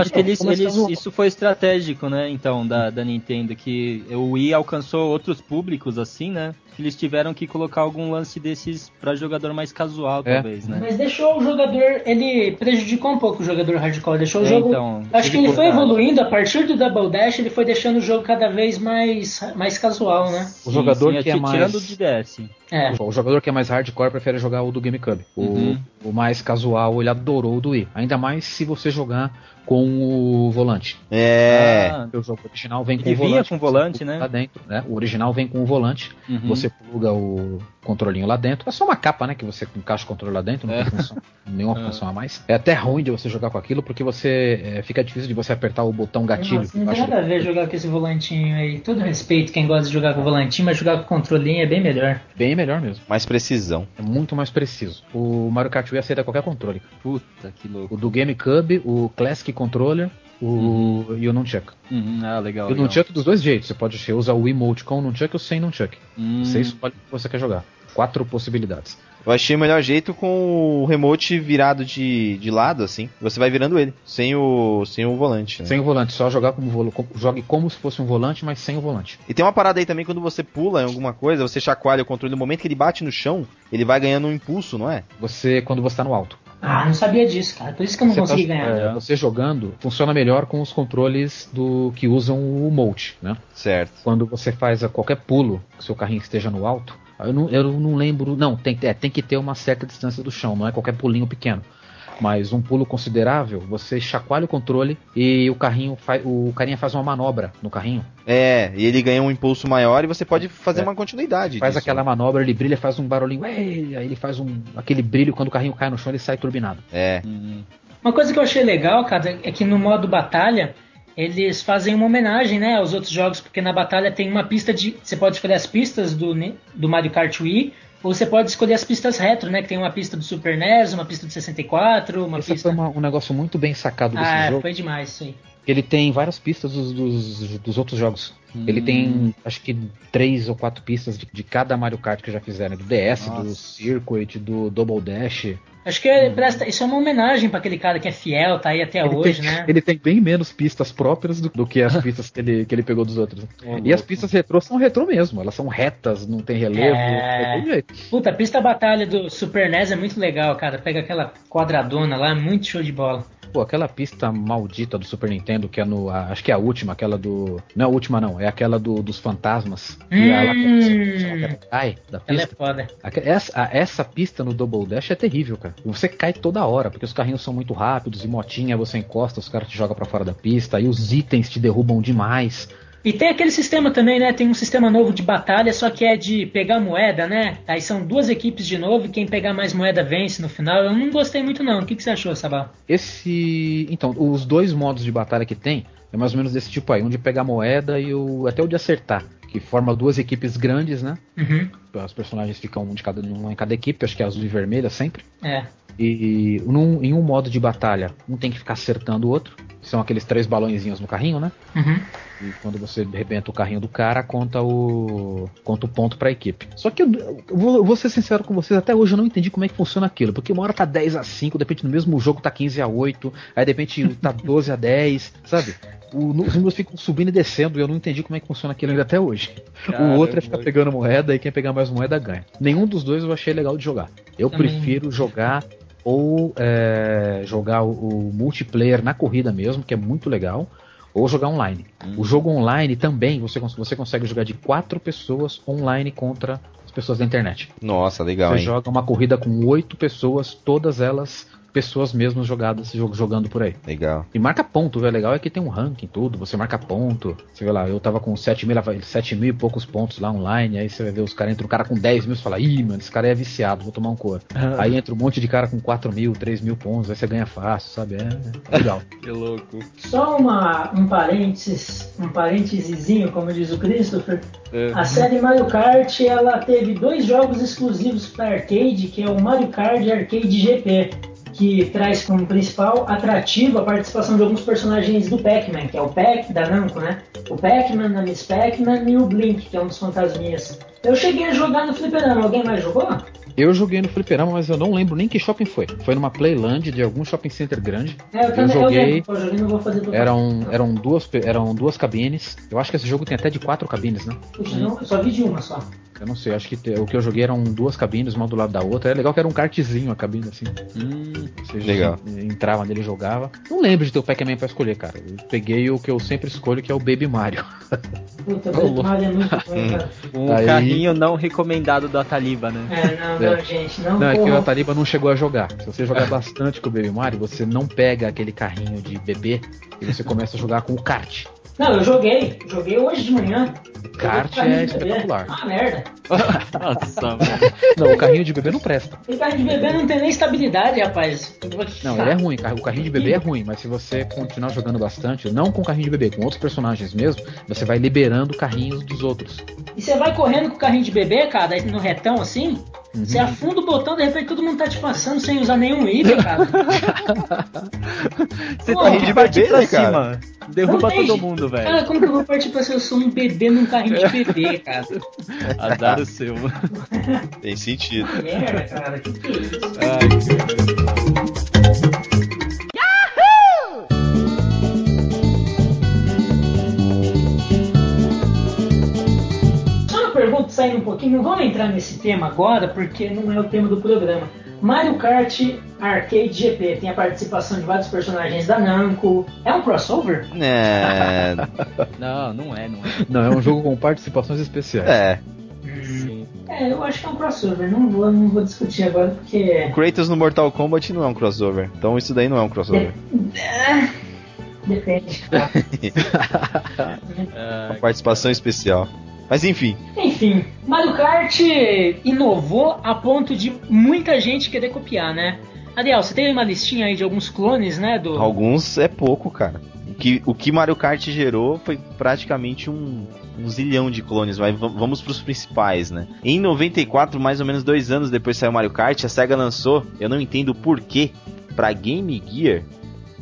[SPEAKER 3] Acho que eles,
[SPEAKER 7] Como eles
[SPEAKER 3] eles-
[SPEAKER 7] fazem-
[SPEAKER 3] isso foi estratégico, né, então, da, da Nintendo, que o Wii alcançou outros públicos, assim, né, que eles tiveram que colocar algum lance desses pra jogador mais casual,
[SPEAKER 7] É.
[SPEAKER 3] talvez, né.
[SPEAKER 1] Mas deixou o jogador, ele prejudicou um pouco o jogador hardcore, deixou o
[SPEAKER 3] É,
[SPEAKER 1] jogo
[SPEAKER 3] então,
[SPEAKER 1] Acho que ele foi
[SPEAKER 3] dificuldade.
[SPEAKER 1] evoluindo, a partir do Double Dash ele foi deixando o jogo cada vez mais, mais casual, né?
[SPEAKER 7] O jogador que é
[SPEAKER 3] ti-
[SPEAKER 7] mais-
[SPEAKER 3] Tirando o de DS.
[SPEAKER 1] É.
[SPEAKER 7] O jogador que é mais hardcore prefere jogar o do GameCube. O,
[SPEAKER 3] Uhum.
[SPEAKER 7] o mais casual, ele adorou o do Wii. Ainda mais se você jogar com o volante.
[SPEAKER 8] É.
[SPEAKER 3] Ah,
[SPEAKER 7] O jogo original vem com
[SPEAKER 3] Ele
[SPEAKER 7] o
[SPEAKER 3] vinha
[SPEAKER 7] volante.
[SPEAKER 3] com o
[SPEAKER 7] você
[SPEAKER 3] volante,
[SPEAKER 7] pluga
[SPEAKER 3] né?
[SPEAKER 7] Lá dentro, né? O original vem com o volante.
[SPEAKER 3] uhum.
[SPEAKER 7] Você pluga o controlinho lá dentro. É só uma capa, né? Que você encaixa o controle lá dentro. Não
[SPEAKER 3] É.
[SPEAKER 7] tem função- nenhuma
[SPEAKER 3] É.
[SPEAKER 7] função a mais. É até ruim de você jogar com aquilo, porque você é, fica difícil de você apertar o botão gatilho.
[SPEAKER 1] Nossa, é não tem
[SPEAKER 7] embaixo
[SPEAKER 1] nada a
[SPEAKER 7] do-
[SPEAKER 1] ver jogar com esse volantinho aí. Todo respeito quem gosta de jogar com o volantinho, mas jogar com o controlinho é bem melhor.
[SPEAKER 7] Bem melhor mesmo.
[SPEAKER 8] Mais precisão.
[SPEAKER 7] É muito mais preciso. O Mario Kart Wii aceita qualquer controle.
[SPEAKER 3] Puta, que louco.
[SPEAKER 7] O do GameCube, o Classic Controller o... e o Nunchuck.
[SPEAKER 3] Uhum, ah, legal.
[SPEAKER 7] E o
[SPEAKER 3] legal.
[SPEAKER 7] Nunchuck dos dois jeitos. Você pode usar o emote com o Nunchuck ou sem Nunchuck.
[SPEAKER 3] Hum,
[SPEAKER 7] Você escolhe o que você quer jogar. Quatro possibilidades.
[SPEAKER 8] Eu achei o melhor jeito com o remote virado de, de lado, assim. Você vai virando ele, sem o, sem o volante. né?
[SPEAKER 7] Sem o volante, só jogar como volo, co- jogue como se fosse um volante, mas sem o volante.
[SPEAKER 8] E tem uma parada aí também, quando você pula em alguma coisa, você chacoalha o controle, no momento que ele bate no chão, ele vai ganhando um impulso, não é?
[SPEAKER 7] Você quando você tá no alto.
[SPEAKER 1] Ah, não sabia disso, cara. Por isso que eu não
[SPEAKER 7] Você tá-
[SPEAKER 1] consegui ganhar.
[SPEAKER 7] é, você jogando funciona melhor com os controles do que usam o Mote, né?
[SPEAKER 8] Certo.
[SPEAKER 7] Quando você faz a qualquer pulo, que seu carrinho esteja no alto, eu não, eu não lembro. Não, tem, é, tem que ter uma certa distância do chão, não é qualquer pulinho pequeno. Mas um pulo considerável, você chacoalha o controle e o carrinho fa- o carinha faz uma manobra no carrinho.
[SPEAKER 8] É, e ele ganha um impulso maior e você pode fazer
[SPEAKER 7] É.
[SPEAKER 8] uma continuidade.
[SPEAKER 7] Faz
[SPEAKER 8] disso.
[SPEAKER 7] aquela manobra, ele brilha, faz um barulhinho, "Ei", aí ele faz um, aquele brilho quando o carrinho cai no chão, ele sai turbinado.
[SPEAKER 8] É.
[SPEAKER 7] Hum.
[SPEAKER 1] Uma coisa que eu achei legal, cara, é que no modo batalha eles fazem uma homenagem, né, aos outros jogos, porque na batalha tem uma pista de, você pode escolher as pistas do Ne- do Mario Kart Wii ou você pode escolher as pistas retro, né, que tem uma pista do Super NES, uma pista do 64, uma
[SPEAKER 7] Isso
[SPEAKER 1] pista.
[SPEAKER 7] foi uma- um negócio muito bem sacado desse
[SPEAKER 1] Ah,
[SPEAKER 7] jogo.
[SPEAKER 1] foi demais isso aí.
[SPEAKER 7] Ele tem várias pistas dos, dos, dos outros jogos. Ele tem, acho que, três ou quatro pistas de, de cada Mario Kart que já fizeram. Do DS, do Circuit, do Double Dash.
[SPEAKER 1] Acho que é- presta, isso é uma homenagem pra aquele cara que é fiel, tá aí até
[SPEAKER 7] Hum. ele,
[SPEAKER 1] hoje,
[SPEAKER 7] tem,
[SPEAKER 1] né?
[SPEAKER 7] ele tem bem menos pistas próprias do, do que as pistas que, ele, que ele pegou dos outros. e as pistas retrô são retrô mesmo. Elas são retas, não tem relevo.
[SPEAKER 1] É.
[SPEAKER 7] É do jeito.
[SPEAKER 1] Puta, a pista batalha do Super NES é muito legal, cara. Pega aquela quadradona lá, é muito show de bola.
[SPEAKER 7] Pô, aquela pista maldita do Super Nintendo, que é no. a- acho que é a última, aquela do. Não é a última, não. É aquela do, dos fantasmas. é E ela-
[SPEAKER 1] Hum.
[SPEAKER 7] ela cai da pista.
[SPEAKER 1] Ela é foda.
[SPEAKER 7] Aque- Essa, a- essa pista no Double Dash é terrível, cara. Você cai toda hora, porque os carrinhos são muito rápidos e motinha, você encosta, os caras te jogam pra fora da pista, aí os itens te derrubam demais.
[SPEAKER 1] E tem aquele sistema também, né? Tem um sistema novo de batalha, só que é de pegar moeda, né? Aí são duas equipes de novo e quem pegar mais moeda vence no final. Eu não gostei muito, não. O que, que você achou, Sabá?
[SPEAKER 7] Esse. Então, os dois modos de batalha que tem é mais ou menos desse tipo aí, um de pegar moeda e o. até o de acertar. Que forma duas equipes grandes, né?
[SPEAKER 1] Uhum.
[SPEAKER 7] Os personagens ficam um de cada um em cada equipe, acho que é azul e vermelha sempre.
[SPEAKER 1] É.
[SPEAKER 7] E num- em um modo de batalha, um tem que ficar acertando o outro. São aqueles três balõezinhos no carrinho, né?
[SPEAKER 1] Uhum.
[SPEAKER 7] E quando você arrebenta o carrinho do cara, conta o conta o ponto pra equipe. Só que eu, eu vou, eu vou ser sincero com vocês, até hoje eu não entendi como é que funciona aquilo. Porque uma hora tá 10 a 5 de repente no mesmo jogo tá 15 a 8 aí de repente tá 12 a 10 sabe? O- no- os números ficam subindo e descendo e eu não entendi como é que funciona aquilo ainda até hoje. o outro é ficar pegando moeda e quem pegar mais moeda ganha. Nenhum dos dois eu achei legal de jogar. Eu
[SPEAKER 1] Também.
[SPEAKER 7] prefiro jogar ou é, jogar o, o multiplayer na corrida mesmo, que é muito legal, ou jogar online. O jogo online também, você, cons- você consegue jogar de quatro pessoas online contra as pessoas da internet.
[SPEAKER 8] Nossa, legal,
[SPEAKER 7] você
[SPEAKER 8] Então, hein?
[SPEAKER 7] joga uma corrida com oito pessoas, todas elas pessoas mesmo jogadas, jo- jogando por aí.
[SPEAKER 8] Legal.
[SPEAKER 7] E marca ponto, viu? O legal é que tem um ranking tudo, você marca ponto. Você vê lá, eu tava com 7 mil, lá vai- 7 mil e poucos pontos lá online, aí você vai ver os caras, entra um cara com 10 mil, você fala, ih, mano, esse cara é viciado, vou tomar um cor. Aí entra um monte de cara com 4 mil, 3 mil pontos, aí você ganha fácil, sabe? É, é legal.
[SPEAKER 9] Que louco.
[SPEAKER 1] Só uma, um parênteses, um parênteseszinho, como diz o Christopher.
[SPEAKER 7] Uhum.
[SPEAKER 1] A série Mario Kart, ela teve dois jogos exclusivos para arcade, que é o Mario Kart Arcade GP, que traz como principal atrativo a participação de alguns personagens do Pac-Man, que é o Pac da Namco, né? O Pac-Man, a Miss Pac-Man e o Blink, que é um dos fantasminhas. Eu cheguei a jogar no fliperama, alguém mais jogou?
[SPEAKER 7] Eu joguei no fliperama, mas eu não lembro nem que shopping foi. Foi numa Playland de algum shopping center grande.
[SPEAKER 1] É,
[SPEAKER 7] Eu joguei.
[SPEAKER 1] Eu, lembro, eu joguei, não vou fazer propaganda.
[SPEAKER 7] Eram, eram, duas, pe- eram duas cabines. Eu acho que esse jogo tem até de quatro cabines, né?
[SPEAKER 1] Puxa, não, eu só vi de uma só.
[SPEAKER 7] Eu não sei, acho que te- o que eu joguei eram duas cabines, uma do lado da outra. É legal que era um kartzinho a cabine, assim. Ou seja,
[SPEAKER 8] Legal.
[SPEAKER 7] você entrava nele e jogava. Não lembro de ter o Pac-Man pra escolher, cara. Eu peguei o que eu sempre escolho, que é o Baby Mario.
[SPEAKER 1] Puta, o Mario é muito bom, cara.
[SPEAKER 3] Um
[SPEAKER 7] Aí-
[SPEAKER 3] carrinho não recomendado da Taliba, né?
[SPEAKER 1] É, não, não, gente, não,
[SPEAKER 7] Não, é que
[SPEAKER 1] corram.
[SPEAKER 7] o Atariba não chegou a jogar. Se você jogar bastante com o Baby Mario, você não pega aquele carrinho de bebê e você começa a jogar com o kart.
[SPEAKER 1] Não, eu joguei, joguei hoje de manhã.
[SPEAKER 7] Kart
[SPEAKER 1] Joguei
[SPEAKER 7] é
[SPEAKER 1] com carrinho de bebê.
[SPEAKER 7] espetacular.
[SPEAKER 1] Ah, merda.
[SPEAKER 9] Nossa, mano.
[SPEAKER 7] Não, o carrinho de bebê não presta.
[SPEAKER 1] E carrinho de bebê não tem nem estabilidade, rapaz.
[SPEAKER 7] Não, ele é ruim. O carrinho de bebê é ruim, mas se você continuar jogando bastante, não com o carrinho de bebê, com outros personagens mesmo, você vai liberando carrinhos dos outros.
[SPEAKER 1] E você vai correndo com o carrinho de bebê, cara, aí no retão assim? Você afunda o botão, de repente todo mundo tá te passando sem usar nenhum item, cara.
[SPEAKER 3] Você
[SPEAKER 1] Pô,
[SPEAKER 3] tá rindo de partir pra
[SPEAKER 8] bobeira, né, cara.
[SPEAKER 3] cima. Derruba
[SPEAKER 1] Não tem
[SPEAKER 3] todo
[SPEAKER 1] jeito.
[SPEAKER 3] mundo, velho.
[SPEAKER 1] Cara, como que eu vou partir pra ser eu sou um bebê num carrinho de bebê, cara?
[SPEAKER 3] Azar o seu.
[SPEAKER 8] Tem sentido.
[SPEAKER 1] Que Merda, cara, que que é isso? Só uma pergunta, saindo um pouquinho, não vamos entrar nesse tema agora, porque não é o tema do programa. Mario Kart Arcade GP tem a participação de vários personagens da Namco. É um crossover?
[SPEAKER 8] É.
[SPEAKER 3] Não, não é, não é.
[SPEAKER 7] Não, é um jogo com participações especiais.
[SPEAKER 8] é.
[SPEAKER 1] É, eu acho que é um crossover. Não vou, não vou discutir agora, porque.
[SPEAKER 8] Kratos no Mortal Kombat não é um crossover. Então isso daí não é um crossover.
[SPEAKER 1] é, Depende, cara.
[SPEAKER 8] Uma participação especial. Mas enfim,
[SPEAKER 1] Enfim, Mario Kart inovou a ponto de muita gente querer copiar, né? Ariel, você tem uma listinha aí de alguns clones, né? Do...
[SPEAKER 8] alguns é pouco, cara. O que, o que Mario Kart gerou foi praticamente um, um zilhão de clones, mas va- vamos pros principais, né? Em 94, mais ou menos dois anos depois que saiu Mario Kart, a SEGA lançou, eu não entendo o porquê, pra Game Gear,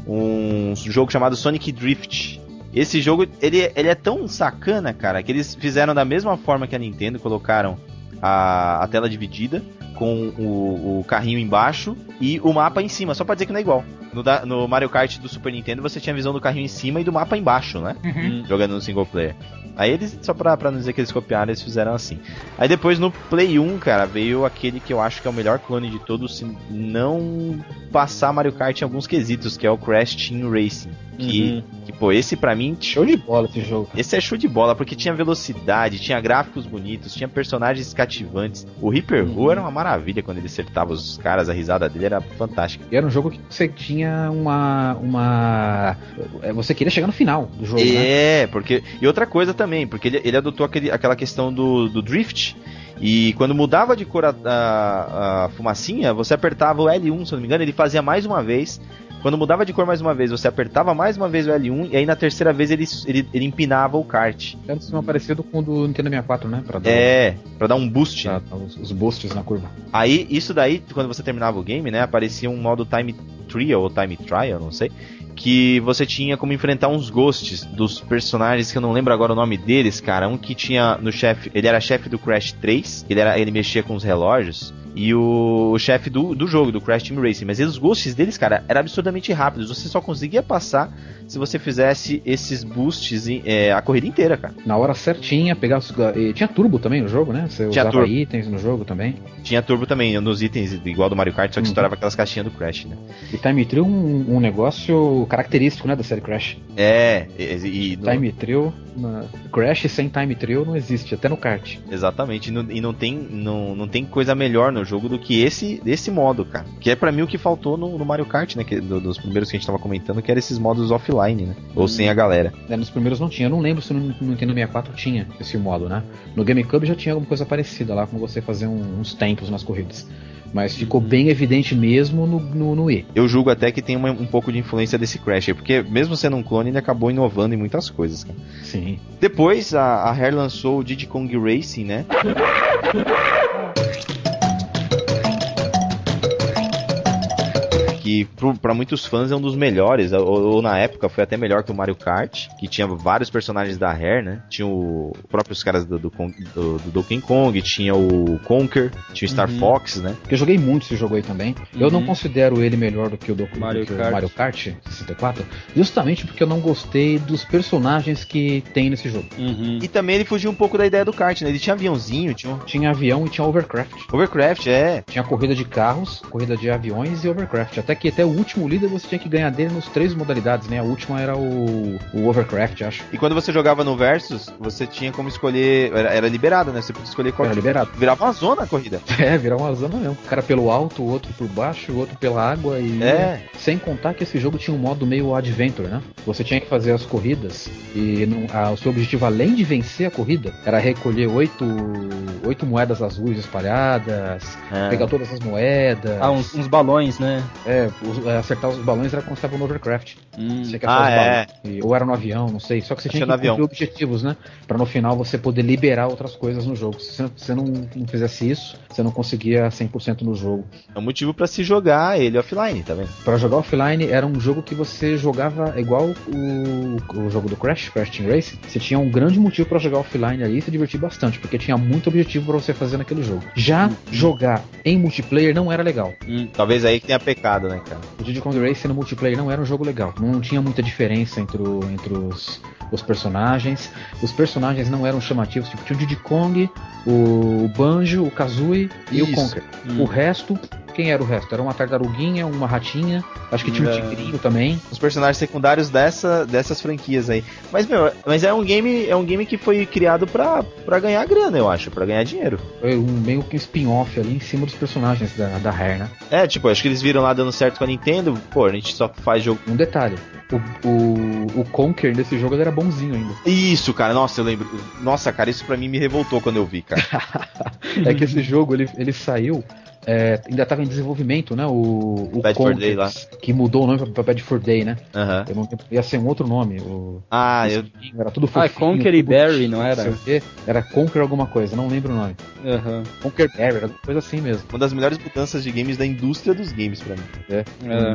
[SPEAKER 8] um jogo chamado Sonic Drift. Esse jogo, ele, ele é tão sacana, cara, que eles fizeram da mesma forma que a Nintendo, colocaram a, a tela dividida com o, o carrinho embaixo e o mapa em cima, só pra dizer que não é igual. No, da- no Mario Kart do Super Nintendo, você tinha a visão do carrinho em cima e do mapa embaixo, né?
[SPEAKER 1] Uhum.
[SPEAKER 8] Jogando no single player. Aí eles, só pra, pra não dizer que eles copiaram, eles fizeram assim. Aí depois no Play 1, cara, veio aquele que eu acho que é o melhor clone de todos, se não passar Mario Kart em alguns quesitos, que é o Crash Team Racing. Que, que pô, esse pra mim, show
[SPEAKER 7] Show de bola esse jogo.
[SPEAKER 8] esse é show de bola, porque tinha velocidade, tinha gráficos bonitos, tinha personagens cativantes. O Reaper Who era uma maravilha quando ele acertava os caras, a risada dele era fantástica.
[SPEAKER 7] E era um jogo que você tinha uma. uma. é, Você queria chegar no final do jogo, né?
[SPEAKER 8] É, porque. E outra coisa também, porque ele, ele adotou aquele- aquela questão do, do drift. E quando mudava de cor a, a- a fumacinha, você apertava o L1, se eu não me engano, ele fazia mais uma vez. Quando mudava de cor mais uma vez, você apertava mais uma vez o L1, e aí na terceira vez ele, ele, ele empinava o kart.
[SPEAKER 7] Era um sistema parecido com o do Nintendo 64, né? Pra dar,
[SPEAKER 8] É, pra dar um boost. né?
[SPEAKER 7] pra dar os, os boosts na curva.
[SPEAKER 8] Aí, isso daí, quando você terminava o game, né, aparecia um modo Time Trial ou Time Trial, não sei, que você tinha como enfrentar uns ghosts dos personagens que eu não lembro agora o nome deles, cara. Um que tinha no chefe, ele era chefe do Crash 3, ele era, ele mexia com os relógios, e o, o chefe do, do jogo, do Crash Team Racing, mas os ghosts deles, cara, eram absurdamente rápidos. Você só conseguia passar se você fizesse esses boosts em- é, a corrida inteira, cara.
[SPEAKER 7] Na hora certinha, pegar os. e Tinha turbo também no jogo, né? Você
[SPEAKER 8] Tinha
[SPEAKER 7] usava
[SPEAKER 8] turbo.
[SPEAKER 7] itens no jogo também.
[SPEAKER 8] Tinha turbo também nos itens igual do Mario Kart, só que
[SPEAKER 7] Uhum.
[SPEAKER 8] estourava aquelas caixinhas do Crash, né?
[SPEAKER 7] E Time Trial um, um negócio característico, né, da série Crash.
[SPEAKER 8] É, e, e no-
[SPEAKER 7] Time Trial. na- Crash sem Time Trial não existe, até no kart.
[SPEAKER 8] Exatamente, e não, e não tem, não, não tem coisa melhor no jogo do que esse, esse modo, cara. Que é pra mim o que faltou no, no Mario Kart, né? Que, do- dos primeiros que a gente tava comentando, que era esses modos offline, né? Ou sem a galera.
[SPEAKER 7] Né, nos primeiros não tinha. Eu não lembro se no Nintendo 64 tinha esse modo, né? No GameCube já tinha alguma coisa parecida lá, como você fazer um- uns tempos nas corridas. Mas ficou
[SPEAKER 3] Uhum.
[SPEAKER 7] bem evidente mesmo no, no, no E.
[SPEAKER 8] Eu julgo até que tem uma- um pouco de influência desse Crash, aí, porque mesmo sendo um clone, ele acabou inovando em muitas coisas, cara.
[SPEAKER 7] Sim.
[SPEAKER 8] Depois a, a Rare lançou o Diddy Kong Racing, né? Que pro- pra muitos fãs é um dos melhores, ou, ou na época foi até melhor que o Mario Kart, que tinha vários personagens da Rare, né? Tinha o os próprios caras do, do, Kong- do- do Donkey Kong, tinha o Conker, tinha o Star
[SPEAKER 3] Uhum.
[SPEAKER 8] Fox, né?
[SPEAKER 7] Eu joguei muito esse jogo aí também. Eu não
[SPEAKER 3] Uhum.
[SPEAKER 7] considero ele melhor do que o do, do
[SPEAKER 3] Mario
[SPEAKER 7] que o
[SPEAKER 3] Kart.
[SPEAKER 7] Mario Kart 64, justamente porque eu não gostei dos personagens que tem nesse jogo.
[SPEAKER 8] E também ele fugia um pouco da ideia do kart, né? Ele tinha aviãozinho, tinha um
[SPEAKER 7] Tinha avião e tinha overcraft.
[SPEAKER 8] Overcraft, é.
[SPEAKER 7] Tinha corrida de carros, corrida de aviões e overcraft. Até que até o último líder você tinha que ganhar dele nos três modalidades, né? A última era o, o overcraft, acho.
[SPEAKER 8] E quando você jogava no Versus, você tinha como escolher. Era, era liberado, né? Você podia escolher qual
[SPEAKER 7] Era liberado.
[SPEAKER 8] Virava uma zona a corrida.
[SPEAKER 7] É, virar uma zona mesmo. O cara pelo alto, o outro por baixo, o outro pela água e.
[SPEAKER 8] É.
[SPEAKER 7] Sem contar que esse jogo tinha um modo meio adventure, né? Você tinha que fazer as corridas e não- ah, o seu objetivo, além de vencer a corrida, era recolher oito, oito moedas azuis espalhadas,
[SPEAKER 8] É.
[SPEAKER 7] pegar todas as moedas.
[SPEAKER 3] Ah, uns, uns balões, né?
[SPEAKER 7] É, os- é, acertar os balões era quando estava no Overcraft. Você quer
[SPEAKER 8] Ah,
[SPEAKER 7] fazer
[SPEAKER 8] é.
[SPEAKER 7] barulho. E- ou era no avião, não sei. Só que você
[SPEAKER 8] Achei
[SPEAKER 7] tinha
[SPEAKER 8] no
[SPEAKER 7] que
[SPEAKER 8] avião.
[SPEAKER 7] cumprir objetivos, né? Pra no final você poder liberar outras coisas no jogo. Se você- se você não, não fizesse isso, você não conseguia 100% no jogo.
[SPEAKER 8] É um motivo pra se jogar ele offline, tá vendo?
[SPEAKER 7] Pra jogar offline era um jogo que você jogava igual o, o jogo do Crash, Crash Team Racing. Você tinha um grande motivo pra jogar offline ali e se divertir bastante, porque tinha muito objetivo pra você fazer naquele jogo. Já
[SPEAKER 8] Uhum.
[SPEAKER 7] jogar em multiplayer não era legal.
[SPEAKER 8] Talvez aí que tenha pecado, né, cara?
[SPEAKER 7] O Diddy Kong Racing no multiplayer não era um jogo legal. Não tinha muita diferença entre, o- entre os, os personagens. Os personagens não eram chamativos. Tipo, tinha o Diddy Kong, o Banjo, o Kazooie e o
[SPEAKER 8] Isso. hum.
[SPEAKER 7] Conker. O resto, quem era o resto? Era uma tartaruguinha, uma ratinha. Acho que tinha um
[SPEAKER 8] Era-
[SPEAKER 7] tigrinho também.
[SPEAKER 8] Os personagens secundários dessa, dessas franquias aí. Mas, meu, mas é um game, é um game que foi criado pra, pra ganhar grana, eu acho, pra ganhar dinheiro.
[SPEAKER 7] Foi um, meio que um spin-off ali em cima dos personagens da, da Rare, né?
[SPEAKER 8] É, tipo, acho que eles viram lá dando certo com a Nintendo, pô, a gente só faz jogo.
[SPEAKER 7] Um detalhe. O, o, o Conker desse jogo ele era bonzinho ainda.
[SPEAKER 8] Isso, cara, nossa, eu lembro. Nossa, cara, isso pra mim me revoltou quando eu vi, cara.
[SPEAKER 7] É que esse jogo ele, ele saiu. é, ainda estava em desenvolvimento, né? O, o
[SPEAKER 8] Bad for Day lá. Tá.
[SPEAKER 7] que mudou o nome pra Bad for Day, né?
[SPEAKER 8] Aham.
[SPEAKER 7] Eu não- ia ser um outro nome. O,
[SPEAKER 8] Ah, eu.
[SPEAKER 7] era tudo
[SPEAKER 3] Ah,
[SPEAKER 7] fofinho.
[SPEAKER 3] Conquer e
[SPEAKER 7] tudo
[SPEAKER 3] Barry, não
[SPEAKER 7] não sei
[SPEAKER 3] era?
[SPEAKER 7] o quê. Era Conquer alguma coisa, não lembro o nome.
[SPEAKER 3] Aham.
[SPEAKER 7] Conquer Barry, era alguma coisa assim mesmo.
[SPEAKER 8] Uma das melhores mudanças de games da indústria dos games pra mim.
[SPEAKER 3] É.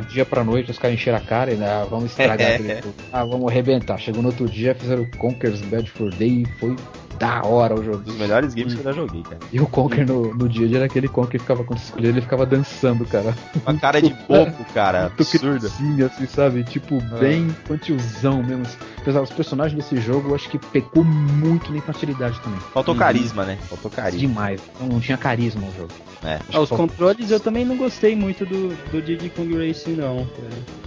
[SPEAKER 7] Um dia pra noite os caras encheram a cara e ah, vamos estragar aquele jogo. Ah, vamos arrebentar. Chegou no outro dia, fizeram Conker's Bad for Day e foi da hora o
[SPEAKER 8] Um
[SPEAKER 7] jogo.
[SPEAKER 8] dos melhores games que eu já joguei, cara.
[SPEAKER 7] E o Conker no, no dia a dia era aquele Conker que ficava quando você escolhia, ele ficava dançando, cara.
[SPEAKER 8] Uma cara de bobo, cara. Absurda.
[SPEAKER 7] Sim, assim, sabe? Tipo,
[SPEAKER 8] Ah.
[SPEAKER 7] bem infantilzão mesmo. Apesar dos personagens desse jogo, eu acho que pecou muito na infantilidade também.
[SPEAKER 8] Faltou carisma, né? Faltou carisma.
[SPEAKER 7] Demais. Não, não tinha carisma no jogo.
[SPEAKER 8] É.
[SPEAKER 3] Ah, os controles eu também não gostei muito do, do Diddy Kong Racing, não.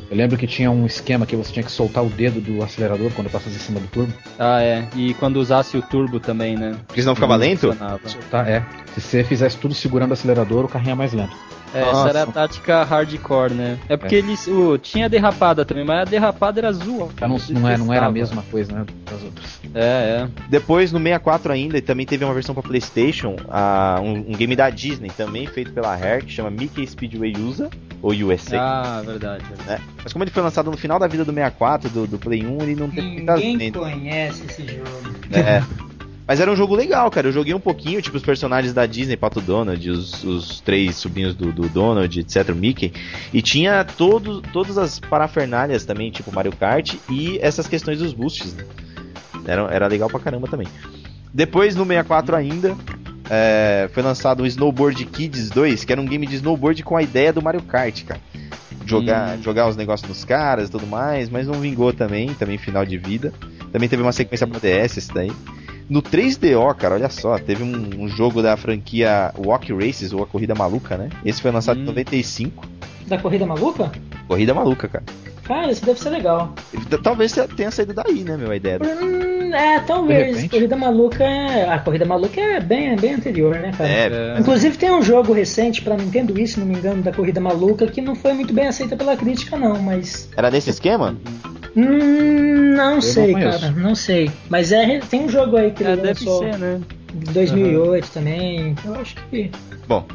[SPEAKER 7] Eu lembro que tinha um esquema que você tinha que soltar o dedo do acelerador quando passasse em cima do turbo.
[SPEAKER 3] Ah, é. E quando usasse o turbo também, né?
[SPEAKER 8] Porque senão ficava
[SPEAKER 3] Não
[SPEAKER 8] lento?
[SPEAKER 3] funcionava.
[SPEAKER 7] Soltar, é. Se você fizesse tudo segurando o acelerador, o carrinho é mais lento.
[SPEAKER 3] É, essa
[SPEAKER 8] Nossa.
[SPEAKER 3] era a tática hardcore, né? É porque
[SPEAKER 7] É.
[SPEAKER 3] eles. o- tinha derrapada também, mas a derrapada era azul.
[SPEAKER 7] Já não, não, é, não era a mesma coisa, né? Das outras.
[SPEAKER 3] É, é.
[SPEAKER 8] Depois, no 64 ainda, e também teve uma versão pra Playstation, a- um, um game da Disney, também feito pela Rare, que chama Mickey Speedway USA, ou USA.
[SPEAKER 3] Ah, verdade. verdade.
[SPEAKER 8] Mas como ele foi lançado no final da vida do 64, do, do Play 1, ele não teve muitas
[SPEAKER 10] Ninguém
[SPEAKER 8] vendas,
[SPEAKER 10] conhece esse jogo.
[SPEAKER 8] né? Mas era um jogo legal, cara. Eu joguei um pouquinho, tipo, os personagens da Disney, Pato Donald, os, os três sobrinhos do, do Donald, etc, o Mickey. E tinha todo, todas as parafernálias também, tipo Mario Kart, e essas questões dos boosts, né? Era, era legal pra caramba também. Depois, no 64 ainda, é, foi lançado o Snowboard Kids 2, que era um game de snowboard com a ideia do Mario Kart, cara. Jogar, jogar os negócios nos caras e tudo mais, mas não vingou também, também final de vida. Também teve uma sequência pra DS esse daí. No 3DO, cara, olha só, teve um, um jogo da franquia Walk Races, ou a Corrida Maluca, né? Esse foi lançado em
[SPEAKER 3] Hum.
[SPEAKER 8] 95.
[SPEAKER 10] Da Corrida Maluca?
[SPEAKER 8] Corrida Maluca, cara.
[SPEAKER 10] Cara, isso deve ser legal.
[SPEAKER 8] T- Talvez tenha saído daí, né, meu, a ideia. do-
[SPEAKER 10] Hum, é,
[SPEAKER 7] De
[SPEAKER 10] talvez.
[SPEAKER 7] repente.
[SPEAKER 10] Corrida Maluca é. A Corrida Maluca é bem, bem anterior, né, cara?
[SPEAKER 8] É,
[SPEAKER 10] Inclusive tem um jogo recente pra Nintendo Wii, se não me engano, da Corrida Maluca, que não foi muito bem aceita pela crítica, não, mas.
[SPEAKER 8] era nesse esquema?
[SPEAKER 10] Hum, não sei,
[SPEAKER 7] conheço.
[SPEAKER 10] cara, não sei. Mas é, tem um jogo aí que
[SPEAKER 3] É,
[SPEAKER 10] ele
[SPEAKER 3] deve
[SPEAKER 10] lançou
[SPEAKER 3] ser, né?
[SPEAKER 10] de 2008 também.
[SPEAKER 1] então
[SPEAKER 10] Eu acho que.
[SPEAKER 8] Bom,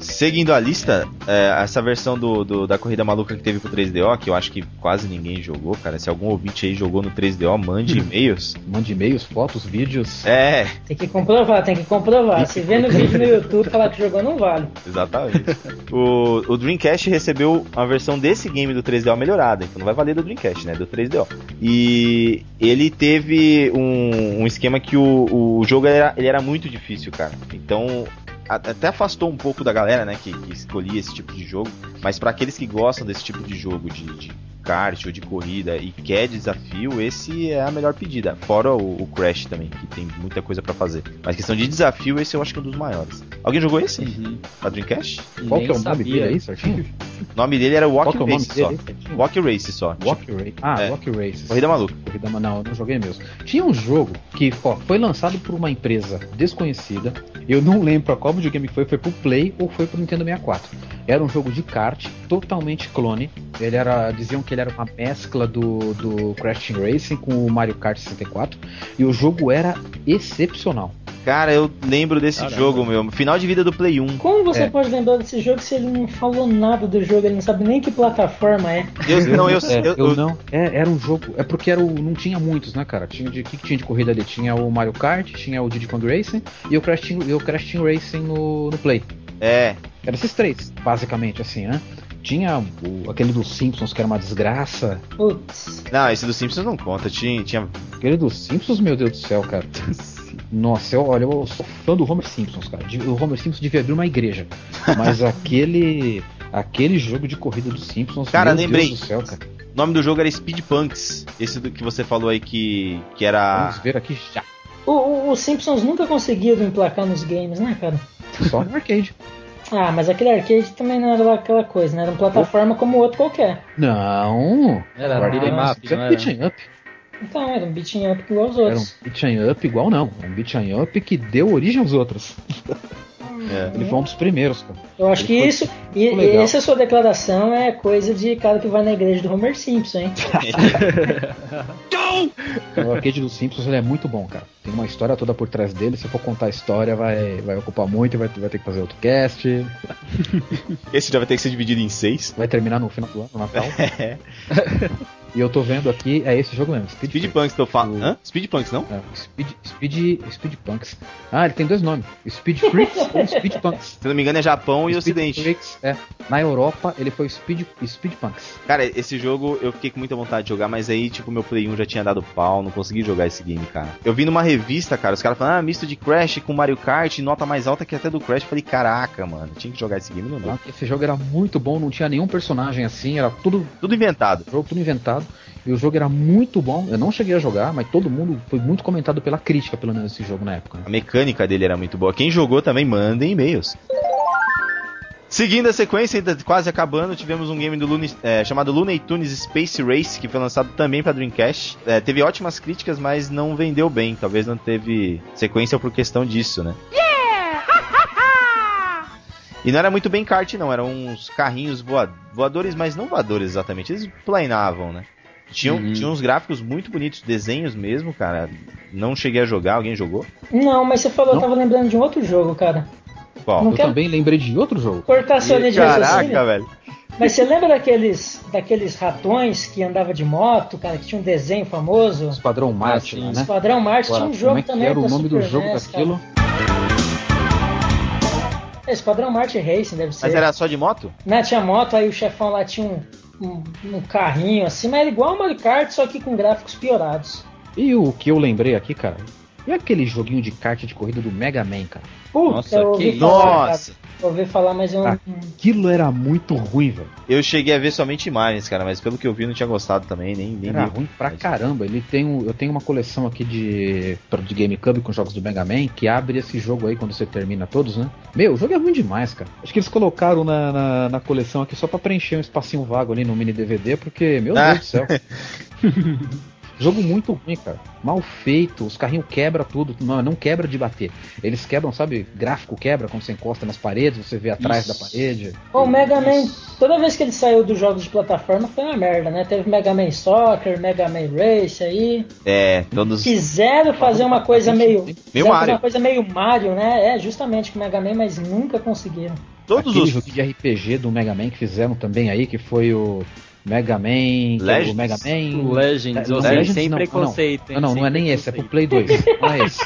[SPEAKER 8] seguindo a lista, é, essa versão do, do- da Corrida Maluca que teve pro 3DO, que eu acho que quase ninguém jogou, cara. Se algum ouvinte aí jogou no 3DO, mande e-mails.
[SPEAKER 7] Mande Um e-mails, fotos, vídeos.
[SPEAKER 8] É,
[SPEAKER 10] Tem que comprovar, tem que comprovar. Se vê no vídeo no YouTube falar que jogou, não vale.
[SPEAKER 8] exatamente. o, o Dreamcast recebeu a versão desse game do 3DO melhorada, então não vai valer do Dreamcast, né? Do 3DO. E ele teve um, um esquema que o, o jogo era, ele era muito difícil, cara. Então. a- Até afastou um pouco da galera, né, que, que escolhia esse tipo de jogo. Mas pra aqueles que gostam desse tipo de jogo, de, de kart ou de corrida e quer desafio, esse é a melhor pedida. Fora o, o Crash também, que tem muita coisa pra fazer. Mas questão de desafio, esse eu acho que é um dos maiores. Alguém jogou esse? Pra Dreamcast?
[SPEAKER 7] Qual
[SPEAKER 3] Nem
[SPEAKER 7] que é o nome
[SPEAKER 3] sabia.
[SPEAKER 7] dele aí, certinho?
[SPEAKER 8] O nome dele era
[SPEAKER 7] Qual
[SPEAKER 8] Walk
[SPEAKER 7] que é o nome
[SPEAKER 8] Race só.
[SPEAKER 7] dele? aí certinho?
[SPEAKER 8] Walk Race só.
[SPEAKER 7] Walk Race. Ah,
[SPEAKER 8] É.
[SPEAKER 7] Walk Race.
[SPEAKER 8] Corrida maluca.
[SPEAKER 7] Corrida Manaus, não joguei mesmo. Tinha um jogo que ó, foi lançado por uma empresa desconhecida. Eu não lembro pra qual videogame que foi, foi pro Play ou foi pro Nintendo 64. Era um jogo de kart, totalmente clone. Ele era. Diziam que ele era uma mescla do, do Crash Team Racing com o Mario Kart 64. E o jogo era excepcional.
[SPEAKER 8] Cara, eu lembro desse
[SPEAKER 1] Caramba.
[SPEAKER 8] jogo, meu. Final de vida do Play 1.
[SPEAKER 1] Como você
[SPEAKER 8] É.
[SPEAKER 1] pode lembrar desse jogo se ele não falou nada do jogo, ele não sabe nem que plataforma é?
[SPEAKER 8] Eu, não, eu,
[SPEAKER 7] É,
[SPEAKER 8] eu,
[SPEAKER 7] eu não. É, era um jogo. É porque era o, não tinha muitos, né, cara? Tinha de que, que tinha de corrida ali? Tinha o Mario Kart, tinha o Diddy Kong Racing e o Crash Team, e o Crash Team Racing no, no Play.
[SPEAKER 8] É.
[SPEAKER 7] Eram esses três, basicamente, assim, né? Tinha o- aquele dos Simpsons que era uma desgraça.
[SPEAKER 8] Não, esse do Simpsons não conta. Tinha, tinha...
[SPEAKER 7] Aquele dos Simpsons, meu Deus do céu, cara. Nossa, eu, olha, eu sou fã do Homer Simpsons, cara. De- O Homer Simpson devia abrir uma igreja. Mas aquele. aquele jogo de corrida dos Simpsons.
[SPEAKER 8] Cara,
[SPEAKER 7] meu
[SPEAKER 8] lembrei.
[SPEAKER 7] Deus do céu, cara.
[SPEAKER 8] O nome do jogo era Speed Punks. Esse do que você falou aí que, que era.
[SPEAKER 7] Vamos ver aqui já.
[SPEAKER 1] O- o- Os Simpsons nunca conseguiram emplacar nos games, né, cara?
[SPEAKER 7] Só no arcade.
[SPEAKER 1] Ah, mas aquele arcade também não era lá aquela coisa, né? Era uma plataforma como outro qualquer.
[SPEAKER 7] Não!
[SPEAKER 1] Era
[SPEAKER 7] Agora ele
[SPEAKER 1] um
[SPEAKER 7] é
[SPEAKER 1] up, não
[SPEAKER 7] um beat up.
[SPEAKER 1] Então, era um beating up igual os
[SPEAKER 7] Era um
[SPEAKER 1] outros.
[SPEAKER 7] beat up igual não. Era Um beat up que deu origem aos outros.
[SPEAKER 8] É.
[SPEAKER 7] Ele foi um dos primeiros, cara.
[SPEAKER 1] Eu acho que
[SPEAKER 7] Ele foi-
[SPEAKER 1] isso. E,
[SPEAKER 7] ficou
[SPEAKER 1] e
[SPEAKER 7] legal.
[SPEAKER 1] essa sua declaração é coisa de cara que vai na igreja do Homer Simpson, hein?
[SPEAKER 7] O arcade dos Simpsons ele é muito bom, cara. Tem uma história toda por trás dele. Se eu for contar a história, vai, vai ocupar muito, vai, vai ter que fazer outro cast.
[SPEAKER 8] Esse já vai ter que ser dividido em seis.
[SPEAKER 7] Vai terminar no final do ano, no Natal.
[SPEAKER 8] É.
[SPEAKER 7] e eu tô vendo aqui, é esse jogo mesmo. Speed, É,
[SPEAKER 8] Speed Punks, tô falando. Hã? Speed Punks, não?
[SPEAKER 7] Speed, Speed, Speed Punks. Ah, ele tem dois nomes: Speed Freaks ou Speed Punks.
[SPEAKER 8] Se não me engano, é Japão e
[SPEAKER 7] Speed
[SPEAKER 8] Ocidente.
[SPEAKER 7] Freaks, é. Na Europa, ele foi Speed, Speed Punks.
[SPEAKER 8] Cara, esse jogo eu fiquei com muita vontade de jogar, mas aí, tipo, meu Play 1 já tinha dado pau, não consegui jogar esse game, cara. Eu vi numa revista, cara, os caras falando, ah, misto de Crash com Mario Kart, nota mais alta que até do Crash. Eu falei, caraca, mano, tinha que jogar esse game, não dá.
[SPEAKER 7] Ah, Esse jogo era muito bom, não tinha nenhum personagem assim, era tudo.
[SPEAKER 8] Tudo inventado.
[SPEAKER 7] Jogo tudo inventado. E o jogo era muito bom. Eu não cheguei a jogar, mas todo mundo foi muito comentado pela crítica, pelo menos, esse jogo na época.
[SPEAKER 8] A mecânica dele era muito boa. Quem jogou também, mandem e-mails. Seguindo a sequência, ainda quase acabando, tivemos um game do Looney- é, chamado Looney Tunes Space Race, que foi lançado também pra Dreamcast. É, teve ótimas críticas, mas não vendeu bem. Talvez não teve sequência por questão disso, né? E não era muito bem kart, não. Eram uns carrinhos voa- voadores, mas não voadores exatamente. Eles planeavam, né? Tinham,
[SPEAKER 1] Uhum.
[SPEAKER 8] tinham uns gráficos muito bonitos, desenhos mesmo, cara. Não cheguei a jogar, alguém jogou?
[SPEAKER 1] Não, mas você falou, eu tava lembrando de um outro jogo, cara.
[SPEAKER 8] Qual?
[SPEAKER 1] Não Eu quero-
[SPEAKER 7] também lembrei de outro jogo.
[SPEAKER 1] Cortar sua linha de raciocínio.
[SPEAKER 8] Caraca, velho.
[SPEAKER 1] Mas você lembra daqueles, daqueles ratões que andava de moto, cara, que tinha um desenho famoso?
[SPEAKER 7] Esquadrão Marte, lá, né?
[SPEAKER 1] Ah, Esquadrão Marte tinha um
[SPEAKER 7] Agora,
[SPEAKER 1] jogo
[SPEAKER 7] como é que
[SPEAKER 1] também
[SPEAKER 7] Era o
[SPEAKER 1] pra
[SPEAKER 7] nome do
[SPEAKER 1] Super
[SPEAKER 7] jogo
[SPEAKER 1] NES, cara.
[SPEAKER 7] daquilo.
[SPEAKER 1] É, Esquadrão Marte Racing, deve ser.
[SPEAKER 8] Mas era só de moto?
[SPEAKER 1] Né, tinha moto, aí o chefão lá tinha um, um, um carrinho assim, mas era igual o Mario Kart, só que com gráficos piorados.
[SPEAKER 7] E o que eu lembrei aqui, cara? E aquele joguinho de kart de corrida do Mega Man, cara?
[SPEAKER 1] Puta,
[SPEAKER 8] Nossa,
[SPEAKER 1] eu
[SPEAKER 8] que-
[SPEAKER 1] ouvi falar,
[SPEAKER 8] Nossa.
[SPEAKER 1] cara. Eu ouvi falar, mas
[SPEAKER 7] Tá.
[SPEAKER 1] eu não.
[SPEAKER 7] Aquilo era muito ruim, velho.
[SPEAKER 8] Eu cheguei a ver somente imagens, cara, mas pelo que eu vi não tinha gostado também, nem, nem
[SPEAKER 7] Era
[SPEAKER 8] vi.
[SPEAKER 7] ruim pra caramba. Ele tem um, eu tenho uma coleção aqui de, de GameCube com jogos do Mega Man que abre esse jogo aí quando você termina todos, né? Meu, o jogo é ruim demais, cara. Acho que eles colocaram na, na, na coleção aqui só pra preencher um espacinho vago ali no mini DVD, porque, meu
[SPEAKER 8] Ah.
[SPEAKER 7] Deus do céu. Jogo muito ruim, cara. Mal feito, os carrinhos quebra tudo. Não, não quebra de bater. Eles quebram, sabe? Gráfico quebra quando você encosta nas paredes, você vê atrás da parede.
[SPEAKER 1] Bom, o Mega Man, toda vez que ele saiu dos jogos de plataforma foi uma merda, né? Teve Mega Man Soccer, Mega Man Race aí.
[SPEAKER 8] É, todos.
[SPEAKER 1] Quiseram fazer uma coisa
[SPEAKER 7] Tá
[SPEAKER 1] meio. quiseram fazer
[SPEAKER 8] Mario.
[SPEAKER 1] Uma coisa meio Mario, né? É, justamente com o Mega Man, mas nunca conseguiram.
[SPEAKER 8] Todos
[SPEAKER 7] Aquele
[SPEAKER 8] os-
[SPEAKER 7] jogo de RPG do Mega Man que fizeram também aí, que foi o Mega Man. que é
[SPEAKER 8] Legends?
[SPEAKER 7] O Mega Man.
[SPEAKER 3] Tipo, Legends,
[SPEAKER 7] É, não,
[SPEAKER 3] ou seja, sem
[SPEAKER 7] não,
[SPEAKER 3] preconceito,
[SPEAKER 7] Não,
[SPEAKER 3] hein,
[SPEAKER 7] não,
[SPEAKER 3] sem
[SPEAKER 7] não é nem esse, é pro Play 2. Não é esse.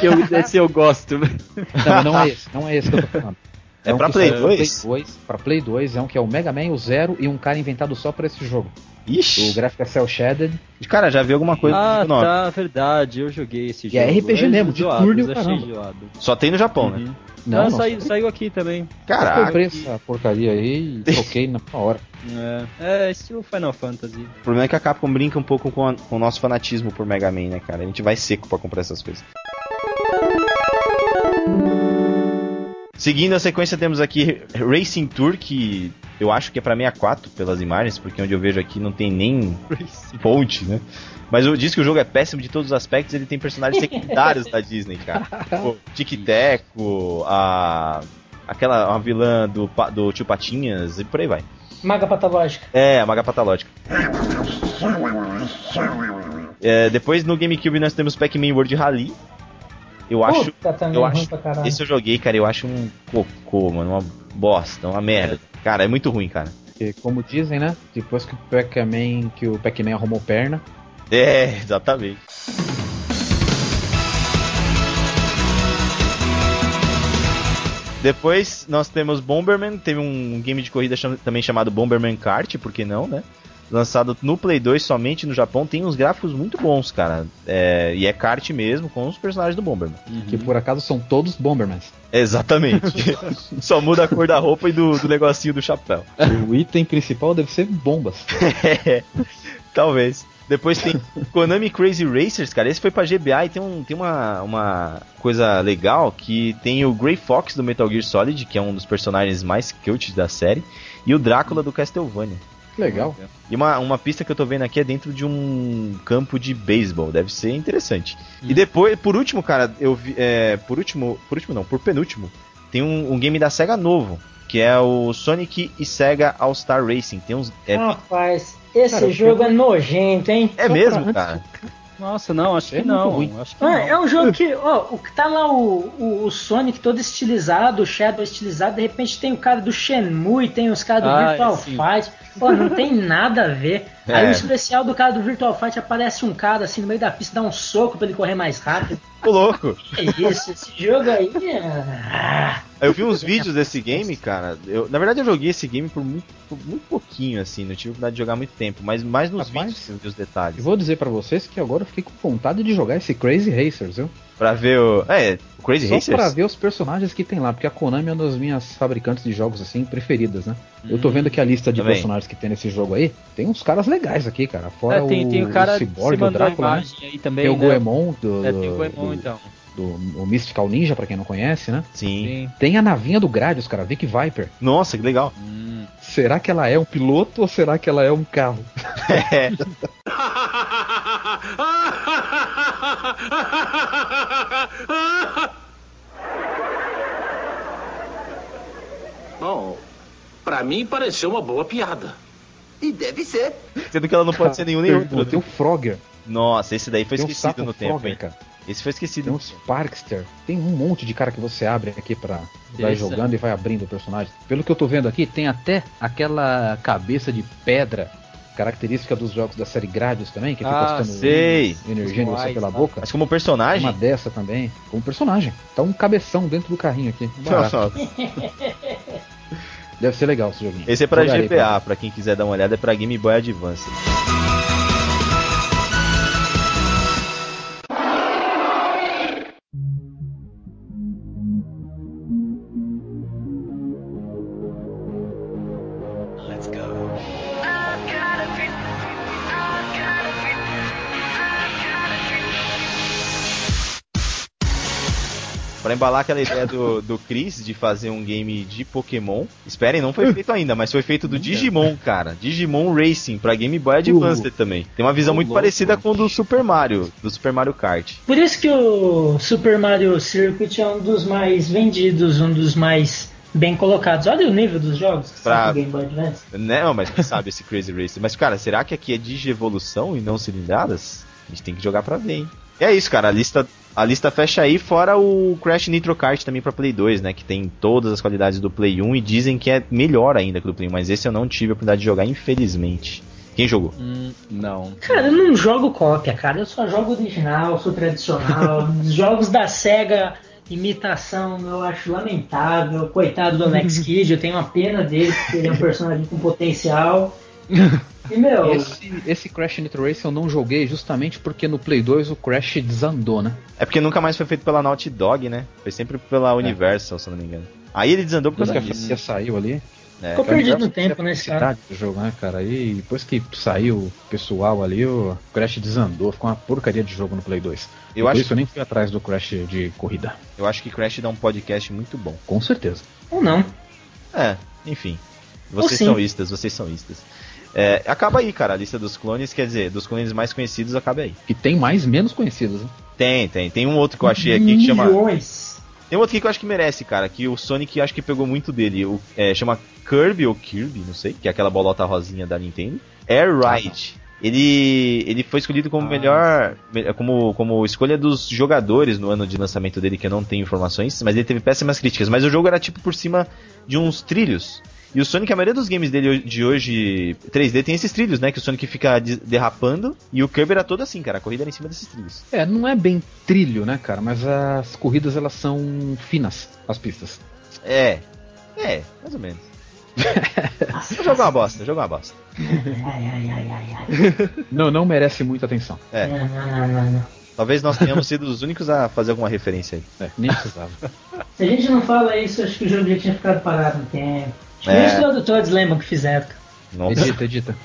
[SPEAKER 3] Que eu, esse eu gosto.
[SPEAKER 7] Não, não é esse, não é esse que eu tô falando.
[SPEAKER 8] É
[SPEAKER 7] um
[SPEAKER 8] pra
[SPEAKER 7] que
[SPEAKER 8] Play
[SPEAKER 7] saiu pra
[SPEAKER 8] 2?
[SPEAKER 7] Play 2? Pra Play 2 é um que é o Mega Man, o Zero e um cara inventado só pra esse jogo.
[SPEAKER 8] Ixi.
[SPEAKER 7] O gráfico é Cell Shaded.
[SPEAKER 8] Cara, já vi alguma coisa
[SPEAKER 3] Ah,
[SPEAKER 8] do nome.
[SPEAKER 3] tá, verdade, eu joguei esse
[SPEAKER 7] E é
[SPEAKER 3] jogo.
[SPEAKER 7] RPG
[SPEAKER 3] É
[SPEAKER 7] mesmo, de
[SPEAKER 3] zoado,
[SPEAKER 7] turno e o
[SPEAKER 3] achei
[SPEAKER 7] caramba.
[SPEAKER 3] zoado.
[SPEAKER 8] Só tem no Japão,
[SPEAKER 7] Uhum.
[SPEAKER 8] né?
[SPEAKER 7] Não,
[SPEAKER 3] ah,
[SPEAKER 7] não,
[SPEAKER 3] saiu, saiu aqui também.
[SPEAKER 7] eu comprei
[SPEAKER 8] Caraca.
[SPEAKER 7] essa porcaria aí e toquei na hora.
[SPEAKER 3] É, é estilo Final Fantasy.
[SPEAKER 8] O problema é que a Capcom brinca um pouco com, a- com o nosso fanatismo por Mega Man, né, cara? A gente vai seco pra comprar essas coisas. Seguindo a sequência, temos aqui Racing Tour, que eu acho que é pra 64 pelas imagens, porque onde eu vejo aqui não tem nem ponte, né? Mas eu disse que o jogo é péssimo de todos os aspectos, ele tem personagens secundários da Disney, cara. Pô, Tic Teco, a. aquela a vilã do, pa- do Tio Patinhas e por aí vai.
[SPEAKER 1] Maga patológica.
[SPEAKER 8] É, a Maga Patológica. É, depois no GameCube nós temos Pac-Man World Rally. Eu acho.
[SPEAKER 1] Puta, também
[SPEAKER 8] eu
[SPEAKER 1] é ruim
[SPEAKER 8] acho
[SPEAKER 1] pra caralho.
[SPEAKER 8] esse eu joguei, cara, eu acho um cocô, mano. Uma bosta, uma merda. Cara, é muito ruim, cara.
[SPEAKER 7] Porque, como dizem, né? Depois que o Pac-Man que o Pac-Man arrumou perna.
[SPEAKER 8] É, exatamente. Depois nós temos Bomberman, teve um game de corrida cham- também chamado Bomberman Kart, por que não, né? Lançado no Play 2 somente no Japão, tem uns gráficos muito bons, cara. É, e é kart mesmo com os personagens do Bomberman.
[SPEAKER 7] Que por acaso são todos Bombermans.
[SPEAKER 8] Exatamente. Só muda a cor da roupa e do, do negocinho do chapéu.
[SPEAKER 7] O item principal deve ser bombas.
[SPEAKER 8] É, Talvez. Depois tem Konami Crazy Racers, cara. Esse foi pra GBA e tem, um, tem uma, uma coisa legal que tem o Grey Fox do Metal Gear Solid, que é um dos personagens mais cute da série, e o Drácula do Castlevania.
[SPEAKER 7] Que legal.
[SPEAKER 8] E uma, uma pista que eu tô vendo aqui é dentro de um campo de beisebol, deve ser interessante. E depois, por último, cara, eu vi. é, por último. Por último não, por penúltimo, tem um, um game da SEGA novo, que é o Sonic e SEGA All-Star Racing. Tem uns. É,
[SPEAKER 1] Ah, Rapaz, esse
[SPEAKER 8] Cara, eu
[SPEAKER 1] jogo
[SPEAKER 8] quero-
[SPEAKER 1] é nojento, hein?
[SPEAKER 8] é mesmo, cara.
[SPEAKER 2] Nossa, não, acho
[SPEAKER 7] É
[SPEAKER 2] que
[SPEAKER 7] muito
[SPEAKER 2] não.
[SPEAKER 7] ruim.
[SPEAKER 2] Acho que
[SPEAKER 1] Ah,
[SPEAKER 2] não.
[SPEAKER 1] é um jogo que, ó, o que tá lá o, o, o Sonic todo estilizado, o Shadow estilizado, de repente tem o cara do Shenmue, tem os caras do
[SPEAKER 2] Ah,
[SPEAKER 1] Virtual
[SPEAKER 2] sim.
[SPEAKER 1] Fight, ó, não tem nada a ver. Aí
[SPEAKER 8] É.
[SPEAKER 1] o especial do cara do Virtual Fight aparece um cara assim no meio da pista, dá um soco pra ele correr mais rápido.
[SPEAKER 8] Ô louco.
[SPEAKER 1] Que é isso, esse jogo aí. é-
[SPEAKER 8] Eu vi uns vídeos desse game, cara. Eu, na verdade, eu joguei esse game por muito, por muito pouquinho, assim. Não tive oportunidade de jogar muito tempo. Mas mais nos
[SPEAKER 7] Rapaz.
[SPEAKER 8] vídeos eu vi os
[SPEAKER 7] E
[SPEAKER 8] detalhes.
[SPEAKER 7] vou dizer pra vocês que agora eu fiquei com vontade de jogar esse Crazy Racers, viu?
[SPEAKER 8] Pra ver o. É, o Crazy
[SPEAKER 7] Só
[SPEAKER 8] Racers?
[SPEAKER 7] pra ver os personagens que tem lá, porque a Konami é uma das minhas fabricantes de jogos assim preferidas, né? Eu
[SPEAKER 2] Hum,
[SPEAKER 7] tô vendo aqui a lista de
[SPEAKER 2] tá
[SPEAKER 8] Também.
[SPEAKER 7] personagens que tem nesse jogo aí. Tem uns caras legais aqui, cara. Fora
[SPEAKER 2] É, tem, tem o cara
[SPEAKER 7] Cyborg,
[SPEAKER 2] que mandou
[SPEAKER 7] o
[SPEAKER 2] a
[SPEAKER 7] Drácula, né?
[SPEAKER 2] imagem aí também.
[SPEAKER 7] Tem o
[SPEAKER 2] né?
[SPEAKER 7] Goemon do,
[SPEAKER 2] É, tem o Goemon
[SPEAKER 7] do,
[SPEAKER 2] então.
[SPEAKER 7] do- o Mystical Ninja, pra quem não conhece, né?
[SPEAKER 8] Sim.
[SPEAKER 2] Sim.
[SPEAKER 7] Tem a navinha do Gradius, cara, Vic Viper.
[SPEAKER 8] Nossa, que legal.
[SPEAKER 7] Será que ela é um piloto ou será que ela é um carro?
[SPEAKER 11] Bom, pra mim pareceu uma boa piada. E deve ser.
[SPEAKER 8] Sendo que ela não pode ser nenhum nem outro. né?
[SPEAKER 7] Tem o Frogger,
[SPEAKER 8] Nossa, esse daí foi
[SPEAKER 7] tem o
[SPEAKER 8] esquecido
[SPEAKER 7] Sapo
[SPEAKER 8] no tempo,
[SPEAKER 7] Frogger,
[SPEAKER 8] hein?
[SPEAKER 7] cara.
[SPEAKER 8] Esse foi esquecido.
[SPEAKER 7] Tem um o Sparkster. Tem um monte de cara que você abre aqui pra. Vai
[SPEAKER 2] Isso.
[SPEAKER 7] jogando e vai abrindo o personagem. Pelo que eu tô vendo aqui, tem até aquela cabeça de pedra, característica dos jogos da série Gradius também, que fica
[SPEAKER 2] Ah,
[SPEAKER 7] gastando
[SPEAKER 8] sei. tá.
[SPEAKER 7] energia
[SPEAKER 2] Os
[SPEAKER 7] de você
[SPEAKER 2] moais
[SPEAKER 7] pela
[SPEAKER 2] lá.
[SPEAKER 7] boca.
[SPEAKER 8] Mas como personagem.
[SPEAKER 7] Uma dessa também, como personagem. Tá um cabeção dentro do carrinho aqui. Barato.
[SPEAKER 8] Nossa,
[SPEAKER 7] Deve ser legal esse joguinho.
[SPEAKER 8] esse é pra
[SPEAKER 7] Jogarei
[SPEAKER 8] GBA, pra quem quiser dar uma olhada, é pra Game Boy Advance. Pra embalar aquela ideia do, do Chris de fazer um game de Pokémon. Esperem, não foi feito ainda, mas foi feito do Digimon, cara. Digimon Racing pra Game Boy Advance também. Tem uma visão muito parecida com a do Super Mario, do Super Mario Kart.
[SPEAKER 1] Por isso que o Super Mario Circuit é um dos mais vendidos, um dos mais bem colocados. Olha o nível dos jogos que
[SPEAKER 8] Pra-
[SPEAKER 1] são do Game Boy Advance.
[SPEAKER 8] Né? Não, mas quem sabe esse Crazy Racer. Mas, cara, será que aqui é digievolução e não cilindradas? A gente tem que jogar pra ver, hein? E é isso, cara. A lista, a lista fecha aí, fora o Crash Nitro Kart também pra Play 2, né? Que tem todas as qualidades do Play 1 e dizem que é melhor ainda que o do Play 1, mas esse eu não tive a oportunidade de jogar, infelizmente. Quem jogou?
[SPEAKER 1] Hum.
[SPEAKER 12] Não.
[SPEAKER 1] Cara, eu não jogo cópia, cara. Eu só jogo original, sou tradicional. Os jogos da SEGA, imitação, eu acho lamentável. Coitado do
[SPEAKER 8] Uhum.
[SPEAKER 1] Alex Kidd, eu tenho uma pena dele, porque ele é um personagem com potencial. E, meu,
[SPEAKER 7] Esse, esse Crash Nitro Race eu não joguei justamente porque no Play 2 o Crash desandou, né?
[SPEAKER 8] É porque nunca mais foi feito pela Naughty Dog, né? Foi sempre
[SPEAKER 1] É.
[SPEAKER 8] pela Universal, se eu não me engano. Aí ele desandou por
[SPEAKER 7] Depois
[SPEAKER 8] causa
[SPEAKER 7] que a
[SPEAKER 8] disso.
[SPEAKER 7] franquia saiu ali,
[SPEAKER 8] né?
[SPEAKER 1] ficou perdido no tempo, né, esse cara?
[SPEAKER 7] cidade do jogo, né, cara? E depois que saiu o pessoal ali, o Crash desandou, ficou uma porcaria de jogo no Play 2.
[SPEAKER 8] Eu
[SPEAKER 7] Por
[SPEAKER 8] acho-
[SPEAKER 7] isso eu nem fui atrás do Crash de corrida.
[SPEAKER 8] Eu acho que Crash dá um podcast muito bom.
[SPEAKER 7] Com certeza.
[SPEAKER 1] Ou não.
[SPEAKER 8] É, enfim. Vocês
[SPEAKER 1] sim.
[SPEAKER 8] são istas, vocês são istas. É, acaba aí, cara, a lista dos clones, quer dizer, dos clones mais conhecidos acaba aí.
[SPEAKER 7] Que tem mais menos conhecidos, né?
[SPEAKER 8] Tem, tem. Tem um outro que eu achei aqui que chama.
[SPEAKER 1] Milhões.
[SPEAKER 8] Tem um outro aqui que eu acho que merece, cara, que o Sonic acho que pegou muito dele. O, é, chama Kirby ou Kirby, não sei, que é aquela bolota rosinha da Nintendo. Air Ride. Ele, ele foi escolhido como melhor. me- Como, como escolha dos jogadores no ano de lançamento dele, que eu não tenho informações, mas ele teve péssimas críticas. Mas o jogo era tipo por cima de uns trilhos. E o Sonic, a maioria dos games dele ho- de hoje, 3D, tem esses trilhos, né? Que o Sonic fica de- derrapando. E o Kirby era todo assim, cara. A corrida era em cima desses trilhos.
[SPEAKER 7] É, não é bem trilho, né, cara? Mas as corridas elas são finas, as pistas.
[SPEAKER 8] É. É, mais ou menos. o jogo é uma bosta, o jogo é uma bosta.
[SPEAKER 1] Ai, ai, ai, ai, ai.
[SPEAKER 7] não, não merece muita atenção.
[SPEAKER 8] É.
[SPEAKER 1] Não, não, não, não, não.
[SPEAKER 8] Talvez nós tenhamos sido os únicos a fazer alguma referência aí.
[SPEAKER 7] É, nem precisava.
[SPEAKER 1] Se a gente não fala isso, acho que o jogo já tinha ficado parado um tempo. Acho que
[SPEAKER 8] É.
[SPEAKER 1] Nem os produtores lembram que fizeram. cara.
[SPEAKER 7] Edita, edita.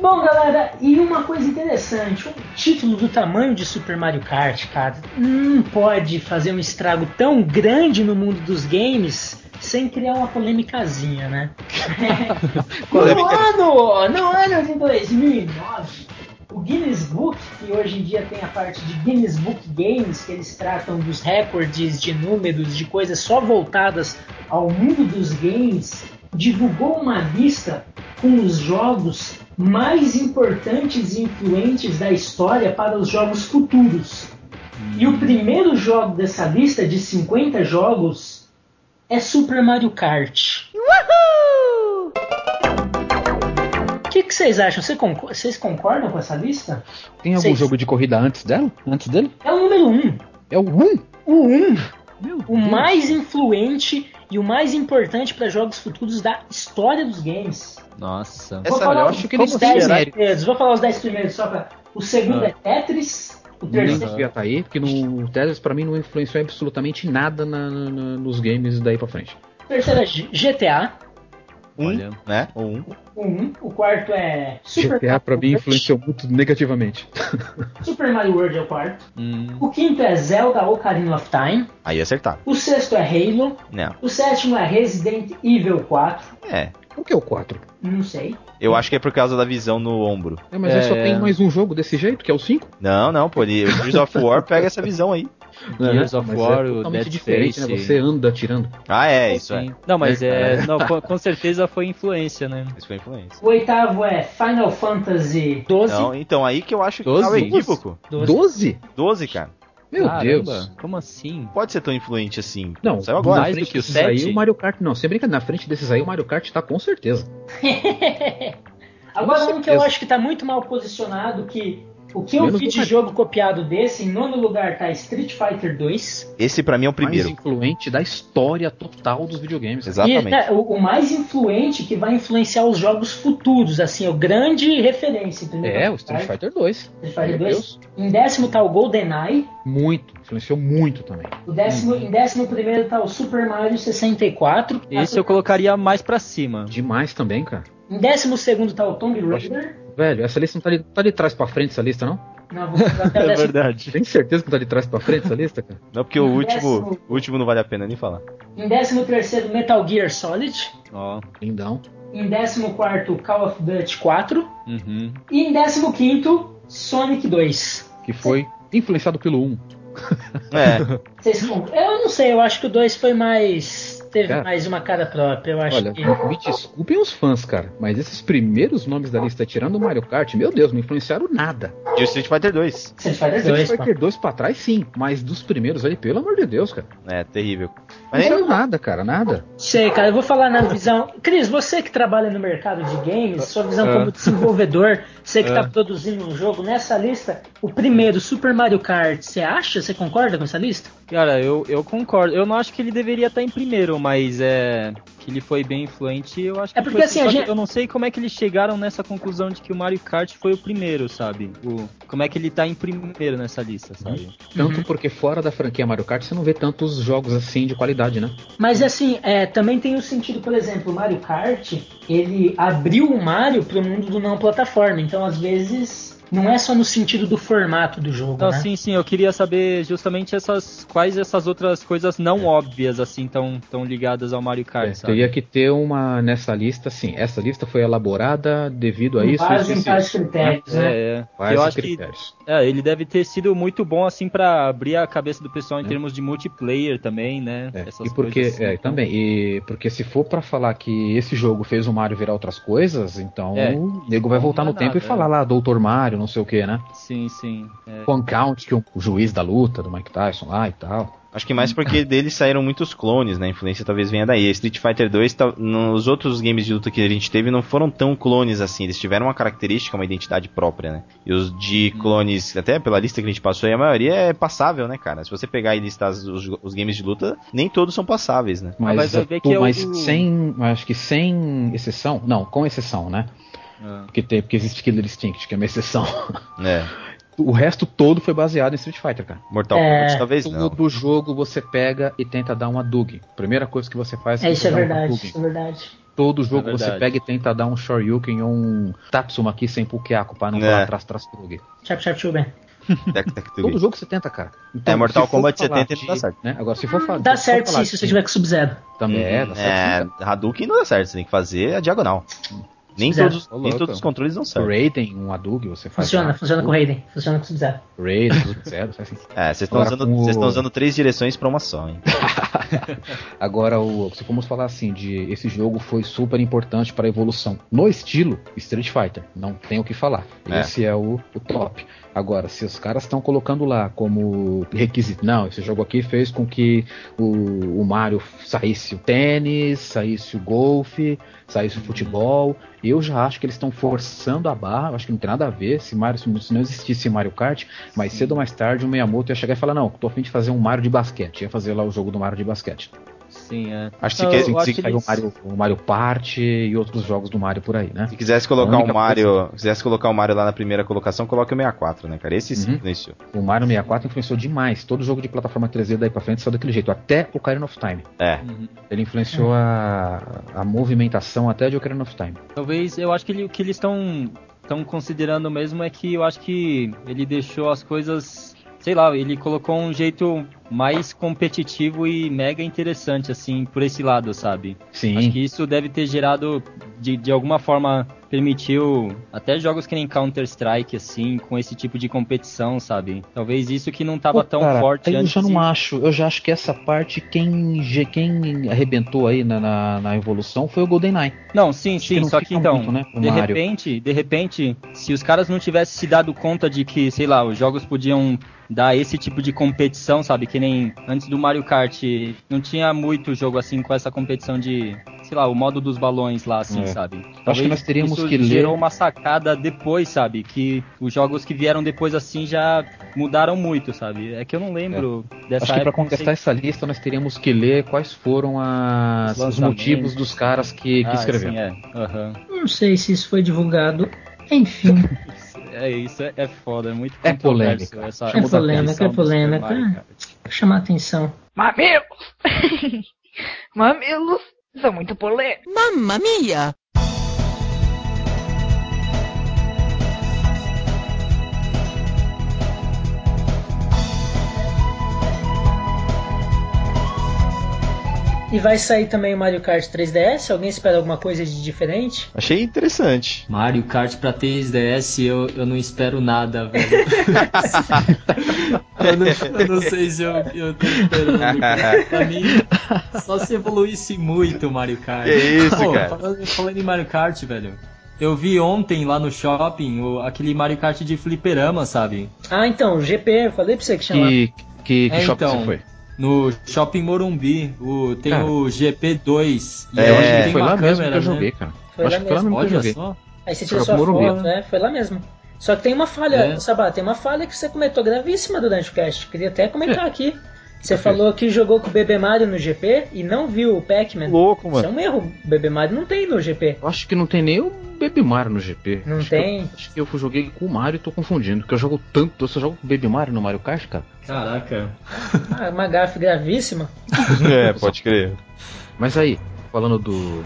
[SPEAKER 1] Bom, galera, e uma coisa interessante: um título do tamanho de Super Mario Kart, cara, não pode fazer um estrago tão grande no mundo dos games sem criar uma polêmicazinha, né? no, ano, no ano de 2009, o Guinness Book, que hoje em dia tem a parte de Guinness Book Games, que eles tratam dos recordes de números, de coisas só voltadas ao mundo dos games, divulgou uma lista com os jogos mais importantes e influentes da história para os jogos futuros. E o primeiro jogo dessa lista de 50 jogos é Super Mario Kart. O que, que vocês acham? Você concor- Vocês concordam com essa lista?
[SPEAKER 7] Tem algum
[SPEAKER 1] Seis.
[SPEAKER 7] jogo de corrida antes dela? Antes dele?
[SPEAKER 1] É o número 1. Um.
[SPEAKER 7] É o 1?
[SPEAKER 1] O 1. Um. O
[SPEAKER 7] Hum.
[SPEAKER 1] mais influente e o mais importante para jogos futuros da história dos games.
[SPEAKER 13] Nossa.
[SPEAKER 7] é
[SPEAKER 1] Vou falar os- os 10 primeiros. Vou falar os 10 primeiros só pra. O segundo
[SPEAKER 7] né? Ah. Uhum.
[SPEAKER 1] é Tetris. O
[SPEAKER 7] Nem
[SPEAKER 1] terceiro
[SPEAKER 7] devia estar aí, porque no o Tetris pra mim não influenciou absolutamente nada na- na- nos games daí pra frente.
[SPEAKER 1] Terceiro é G- GTA.
[SPEAKER 8] Um, né? Um.
[SPEAKER 1] O um. O quarto é Super,
[SPEAKER 7] GTA pra mim influenciou muito negativamente.
[SPEAKER 1] Super Mario World é o quarto.
[SPEAKER 7] Hum.
[SPEAKER 1] O quinto é Zelda Ocarina of Time.
[SPEAKER 8] Aí acertaram.
[SPEAKER 1] O sexto é Halo.
[SPEAKER 8] Não.
[SPEAKER 1] O sétimo é Resident Evil 4.
[SPEAKER 8] É.
[SPEAKER 7] O que é o 4?
[SPEAKER 1] Não sei.
[SPEAKER 8] Eu acho que é por causa da visão no ombro.
[SPEAKER 7] É, mas eu só tenho mais um jogo desse jeito, que é o 5.
[SPEAKER 8] Não, não, pô. Ele, o Gears of War pega essa visão aí.
[SPEAKER 7] Gears of Mas War, é o totalmente Dead diferente, Space. né? Você anda atirando.
[SPEAKER 8] Ah, é, isso é.
[SPEAKER 3] Não, mas é.
[SPEAKER 8] É.
[SPEAKER 3] Não, com, com certeza foi influência, né?
[SPEAKER 8] Isso foi influência.
[SPEAKER 1] O oitavo é Final Fantasy 12.
[SPEAKER 8] Não, então aí que eu acho que tá o
[SPEAKER 3] Doze?
[SPEAKER 8] equívoco.
[SPEAKER 1] Doze?
[SPEAKER 7] 12?
[SPEAKER 8] 12, cara.
[SPEAKER 7] Meu Deus.
[SPEAKER 3] Como assim?
[SPEAKER 8] Pode ser tão influente assim.
[SPEAKER 7] Não,
[SPEAKER 8] saiu agora.
[SPEAKER 7] na frente desses aí o Mario Kart. Não, sem brincadeira, na frente desses aí o Mario Kart tá com certeza.
[SPEAKER 1] Agora,
[SPEAKER 7] Com
[SPEAKER 1] um que eu
[SPEAKER 7] certeza.
[SPEAKER 1] acho que tá muito mal posicionado, que o que eu
[SPEAKER 7] Menos
[SPEAKER 1] vi
[SPEAKER 7] do
[SPEAKER 1] de
[SPEAKER 7] Mario.
[SPEAKER 1] jogo copiado desse, em nono lugar tá Street Fighter 2.
[SPEAKER 8] Esse pra mim é o primeiro.
[SPEAKER 7] Mais influente da história total dos videogames.
[SPEAKER 1] E né, o, o mais influente que vai influenciar os jogos futuros, assim, é o grande referência, entendeu?
[SPEAKER 7] É, o Street Fighter 2.
[SPEAKER 1] Street Fighter
[SPEAKER 7] Meu
[SPEAKER 1] 2. Em décimo tá o GoldenEye.
[SPEAKER 7] Muito, influenciou muito também.
[SPEAKER 1] O décimo, Em décimo primeiro tá o Super Mario 64.
[SPEAKER 3] Esse eu colocaria mais pra cima.
[SPEAKER 7] Demais também, cara.
[SPEAKER 1] Em décimo segundo tá o Tomb Raider.
[SPEAKER 7] Velho, essa lista não tá de, tá de trás pra frente, essa lista, não?
[SPEAKER 1] Não, vou colocar até o décimo
[SPEAKER 8] verdade.
[SPEAKER 7] Tem certeza que não tá de trás pra frente essa lista, cara?
[SPEAKER 8] Não, porque o último,
[SPEAKER 1] Décimo.
[SPEAKER 8] o último não vale a pena nem falar.
[SPEAKER 1] Em 13 Metal Gear Solid.
[SPEAKER 13] Ó.
[SPEAKER 7] Lindão.
[SPEAKER 1] Em 14 Call of Duty 4.
[SPEAKER 13] Uhum.
[SPEAKER 1] E em 15 Sonic 2.
[SPEAKER 7] Que foi influenciado pelo 1.
[SPEAKER 8] É.
[SPEAKER 1] Vocês con- eu não sei, eu acho que o 2 foi mais. Teve
[SPEAKER 7] Cara.
[SPEAKER 1] mais uma cara própria, eu acho
[SPEAKER 7] Olha,
[SPEAKER 1] que.
[SPEAKER 7] me desculpem os fãs, cara, mas esses primeiros nomes da lista, tirando o Mario Kart, meu Deus, não influenciaram nada.
[SPEAKER 8] E o Street Fighter 2.
[SPEAKER 1] Street Fighter
[SPEAKER 7] Street
[SPEAKER 1] 2.
[SPEAKER 7] Fighter 2 pra trás, sim, mas dos primeiros ali, pelo amor de Deus, cara.
[SPEAKER 8] É, terrível.
[SPEAKER 7] Não
[SPEAKER 8] Mas
[SPEAKER 7] saiu nada, cara, nada.
[SPEAKER 1] Sei, cara, eu vou falar na visão. Cris, você que trabalha no mercado de games, sua
[SPEAKER 7] É.
[SPEAKER 1] visão como desenvolvedor, você que tá produzindo um jogo, nessa lista, o primeiro, Super Mario Kart, você acha? Você concorda com essa lista?
[SPEAKER 3] Cara, eu, eu concordo. Eu não acho que ele deveria estar em primeiro, mas é. Que ele foi bem influente, eu acho que
[SPEAKER 1] É porque,
[SPEAKER 3] foi,
[SPEAKER 1] assim,
[SPEAKER 3] só
[SPEAKER 1] a
[SPEAKER 3] que
[SPEAKER 1] gente-
[SPEAKER 3] eu não sei como é que eles chegaram nessa conclusão de que o Mario Kart foi o primeiro, sabe? O, como é que ele tá em primeiro nessa lista, sabe?
[SPEAKER 1] Uhum.
[SPEAKER 7] Tanto porque fora da franquia Mario Kart você não vê tantos jogos assim de qualidade, né?
[SPEAKER 1] Mas assim, é, também tem o sentido, por exemplo, o Mario Kart, ele abriu o Mario pro mundo do não plataforma. Então, às vezes,
[SPEAKER 10] Não é só no sentido do formato do jogo,
[SPEAKER 3] Não,
[SPEAKER 10] né?
[SPEAKER 3] Então, sim, sim, eu queria saber justamente essas quais essas outras coisas
[SPEAKER 1] É.
[SPEAKER 3] não óbvias assim tão tão ligadas ao Mario Kart,
[SPEAKER 7] É,
[SPEAKER 3] sabe?
[SPEAKER 7] teria que ter uma nessa lista, sim. Essa lista foi elaborada devido a
[SPEAKER 3] Com
[SPEAKER 7] É isso.
[SPEAKER 3] base
[SPEAKER 1] um
[SPEAKER 10] um
[SPEAKER 7] isso,
[SPEAKER 3] em
[SPEAKER 7] isso,
[SPEAKER 3] tais
[SPEAKER 7] isso,
[SPEAKER 3] critérios, né? É, é.
[SPEAKER 7] Quais
[SPEAKER 3] Eu
[SPEAKER 7] os
[SPEAKER 3] acho que-
[SPEAKER 7] critérios?
[SPEAKER 3] É, ele deve ter sido muito bom assim pra abrir a cabeça do pessoal em termos de multiplayer também, né? Essas
[SPEAKER 7] E porque
[SPEAKER 3] coisas assim.
[SPEAKER 7] é, também, e porque se for pra falar que esse jogo fez o Mario virar outras coisas, então
[SPEAKER 3] É,
[SPEAKER 7] o nego vai voltar
[SPEAKER 3] não
[SPEAKER 7] no
[SPEAKER 3] é
[SPEAKER 7] tempo e
[SPEAKER 3] nada,
[SPEAKER 7] falar lá Doutor Mario, não sei o que, né?
[SPEAKER 3] Sim, sim. é.
[SPEAKER 7] One Count, que é o juiz da luta do Mike Tyson lá e tal.
[SPEAKER 3] Ah,
[SPEAKER 8] Acho que mais porque deles saíram muitos clones, né? A influência talvez venha daí. Street Fighter 2, tal- nos outros games de luta que a gente teve, não foram tão clones assim. Eles tiveram uma característica, uma identidade própria, né? E os de
[SPEAKER 7] Uhum.
[SPEAKER 8] clones, até pela lista que a gente passou aí, a maioria é passável, né, cara? Se você pegar e listar os, os- os games de luta, nem todos são passáveis, né?
[SPEAKER 7] Mas, a
[SPEAKER 3] é
[SPEAKER 7] tu- mas
[SPEAKER 3] um
[SPEAKER 7] sem, acho que sem exceção, não, com exceção, né?
[SPEAKER 3] É.
[SPEAKER 7] Porque, tem, porque existe Killer Instinct, que é uma exceção.
[SPEAKER 8] É.
[SPEAKER 7] O resto todo foi baseado em Street Fighter, cara.
[SPEAKER 8] Mortal
[SPEAKER 10] É. Kombat, talvez
[SPEAKER 7] todo
[SPEAKER 10] não.
[SPEAKER 7] Todo jogo você pega e tenta dar uma Dug. Primeira coisa que você faz
[SPEAKER 10] É, isso é
[SPEAKER 7] você dá uma
[SPEAKER 10] verdade,
[SPEAKER 7] Dug.
[SPEAKER 10] isso é verdade.
[SPEAKER 7] Todo jogo
[SPEAKER 10] É
[SPEAKER 7] você
[SPEAKER 10] verdade.
[SPEAKER 7] pega e tenta dar um Shoryuken ou um Tatsuma aqui sem Pukiako pra não
[SPEAKER 8] É.
[SPEAKER 7] falar atrás tras Dug.
[SPEAKER 10] Chap, chap, chup, bem.
[SPEAKER 7] Todo jogo você tenta, cara. Então,
[SPEAKER 8] É, Mortal
[SPEAKER 7] se for
[SPEAKER 8] Kombat você
[SPEAKER 7] falar
[SPEAKER 8] tenta e não dá
[SPEAKER 7] de-
[SPEAKER 8] certo.
[SPEAKER 7] né, Agora, se for falar.
[SPEAKER 10] Hum, Dá
[SPEAKER 7] se for
[SPEAKER 10] Tá certo
[SPEAKER 7] falar
[SPEAKER 10] sim, se
[SPEAKER 7] de-
[SPEAKER 10] você tiver com Sub-Zero.
[SPEAKER 7] Também é, dá certo.
[SPEAKER 8] É, Hadouken não dá certo, você tem que fazer a diagonal. Nem
[SPEAKER 10] Zero.
[SPEAKER 8] todos,
[SPEAKER 10] Ô,
[SPEAKER 8] nem
[SPEAKER 10] louco.
[SPEAKER 8] todos os controles dão certo.
[SPEAKER 7] Raiden, um Hadouken, você faz.
[SPEAKER 10] Funciona,
[SPEAKER 7] lá,
[SPEAKER 10] funciona com o Raiden. Funciona com o Sub-Zero.
[SPEAKER 7] Raiden, Zero, faz assim.
[SPEAKER 8] É, vocês estão
[SPEAKER 7] Agora
[SPEAKER 8] usando,
[SPEAKER 7] com o-
[SPEAKER 8] vocês estão usando três direções pra uma só, hein?
[SPEAKER 7] Agora, o, se formos falar assim, de esse jogo foi super importante para a evolução no estilo Street Fighter, não tem o que falar.
[SPEAKER 8] É.
[SPEAKER 7] Esse é o, o top. Agora, se os caras estão colocando lá como requisito, não, esse jogo aqui fez com que o, o Mario saísse o tênis, saísse o golfe, saísse o futebol. Eu já acho que eles estão forçando a barra, eu acho que não tem nada a ver. Se Mario se não existisse Mario Kart, mais cedo ou mais tarde o Miyamoto ia chegar e falar: Não, tô a fim de fazer um Mario de basquete. Ia fazer lá o jogo do Mario de basquete.
[SPEAKER 3] Sim, é.
[SPEAKER 7] Acho
[SPEAKER 3] Não,
[SPEAKER 7] que
[SPEAKER 3] eu acho
[SPEAKER 7] se
[SPEAKER 3] que
[SPEAKER 7] caiu o
[SPEAKER 3] eles-
[SPEAKER 7] Mario, o Mario Party e outros jogos do Mario por aí, né?
[SPEAKER 8] Se quisesse
[SPEAKER 7] A
[SPEAKER 8] colocar o
[SPEAKER 7] única
[SPEAKER 8] Mario, se quisesse colocar o Mario lá na primeira colocação, coloque o 64, né, cara? Esse sim
[SPEAKER 7] Uhum.
[SPEAKER 8] influenciou.
[SPEAKER 7] O Mario 64 influenciou demais. Todo jogo de plataforma 3D daí pra frente saiu daquele jeito. Até o Ocarina of Time.
[SPEAKER 8] É.
[SPEAKER 7] Ele influenciou
[SPEAKER 3] É.
[SPEAKER 7] a, a movimentação até de Ocarina of Time.
[SPEAKER 3] Talvez, eu acho que ele- o que eles estão estão considerando mesmo é que eu acho que ele deixou as coisas, sei lá, ele colocou um jeito mais competitivo e mega interessante assim por esse lado, sabe?
[SPEAKER 7] Sim.
[SPEAKER 3] Acho que isso deve ter gerado de, de alguma forma permitiu até jogos que nem Counter Strike assim, com esse tipo de competição, sabe? Talvez isso que não tava
[SPEAKER 7] Pô,
[SPEAKER 3] tão
[SPEAKER 7] cara,
[SPEAKER 3] forte
[SPEAKER 7] aí Eu
[SPEAKER 3] antes.
[SPEAKER 7] já não
[SPEAKER 3] e-
[SPEAKER 7] acho. Eu já acho que essa parte, quem, ge- quem arrebentou aí na, na, na evolução foi o GoldenEye.
[SPEAKER 3] Não, sim,
[SPEAKER 7] que
[SPEAKER 3] sim,
[SPEAKER 7] não
[SPEAKER 3] só que
[SPEAKER 7] fica
[SPEAKER 3] então,
[SPEAKER 7] muito, né, pro
[SPEAKER 3] de
[SPEAKER 7] Mario.
[SPEAKER 3] repente, de repente, se os caras não tivessem se dado conta de que, sei lá, os jogos podiam dar esse tipo de competição, sabe, que nem antes do Mario Kart, não tinha muito jogo assim com essa competição de, sei lá, o modo dos balões lá assim,
[SPEAKER 7] É.
[SPEAKER 3] sabe?
[SPEAKER 7] Acho que nós teríamos
[SPEAKER 3] isso
[SPEAKER 7] que ler-
[SPEAKER 3] gerou uma sacada depois, sabe, que os jogos que vieram depois assim já mudaram muito, sabe? É que eu não lembro dessa
[SPEAKER 7] Acho que
[SPEAKER 3] época,
[SPEAKER 7] para
[SPEAKER 3] não sei
[SPEAKER 7] contestar essa lista nós teríamos que ler quais foram as- os motivos dos caras que, que
[SPEAKER 3] Ah,
[SPEAKER 7] escreveram.
[SPEAKER 3] sim, é. Aham.
[SPEAKER 10] Não sei se isso foi divulgado. Enfim.
[SPEAKER 3] É isso, é, é foda, é muito
[SPEAKER 7] É
[SPEAKER 3] controverso
[SPEAKER 7] polêmica.
[SPEAKER 3] Essa,
[SPEAKER 10] É polêmica, é polêmica. Ah, Chamar atenção.
[SPEAKER 14] Mamilos! Mamilos são muito polêmicos. Mamma mia!
[SPEAKER 10] E vai sair também o Mario Kart 3DS? Alguém espera alguma coisa de diferente?
[SPEAKER 8] Achei interessante.
[SPEAKER 2] Mario Kart pra 3DS, eu, eu não espero nada, velho. eu, não, eu não sei se eu, eu tô esperando. cara. Pra mim, só se evoluísse muito o Mario Kart.
[SPEAKER 8] Que isso,
[SPEAKER 2] Pô,
[SPEAKER 8] cara?
[SPEAKER 2] Falando, falando em Mario Kart, velho. Eu vi ontem lá no shopping o- aquele Mario Kart de fliperama, sabe?
[SPEAKER 10] Ah, então, o GP, eu falei pra você
[SPEAKER 3] é.
[SPEAKER 10] que chamava.
[SPEAKER 7] que,
[SPEAKER 10] que shopping você foi?
[SPEAKER 2] Então, No Shopping Morumbi, o, tem
[SPEAKER 10] Cara.
[SPEAKER 2] o GP2.
[SPEAKER 7] É, eu acho que
[SPEAKER 2] tem né?
[SPEAKER 7] foi
[SPEAKER 2] uma
[SPEAKER 7] lá mesmo que eu
[SPEAKER 2] câmera,
[SPEAKER 7] joguei, cara.
[SPEAKER 10] Foi lá mesmo.
[SPEAKER 2] Olha só.
[SPEAKER 10] Aí você tira sua
[SPEAKER 2] Foi pro Morumbi.
[SPEAKER 10] foto, né? Foi lá mesmo. Só que tem uma falha,
[SPEAKER 2] É.
[SPEAKER 10] Sabá, tem uma falha que você comentou gravíssima durante o cast. Queria até comentar aqui. Você falou que jogou com o Bebê Mario no GP e não viu o Pac-Man.
[SPEAKER 8] Louco,
[SPEAKER 10] mano. Isso é um erro. O Bebê Mario não tem no GP.
[SPEAKER 7] Eu acho que não tem nem o Baby Mario no GP.
[SPEAKER 10] Não
[SPEAKER 7] acho
[SPEAKER 10] tem?
[SPEAKER 7] Que eu, acho que eu joguei com o Mario e tô confundindo, porque eu jogo tanto, eu só jogo com o Baby Mario no Mario Kart, cara.
[SPEAKER 2] Caraca.
[SPEAKER 10] Ah, é uma gafe gravíssima.
[SPEAKER 8] é, pode crer.
[SPEAKER 7] Mas aí, falando do,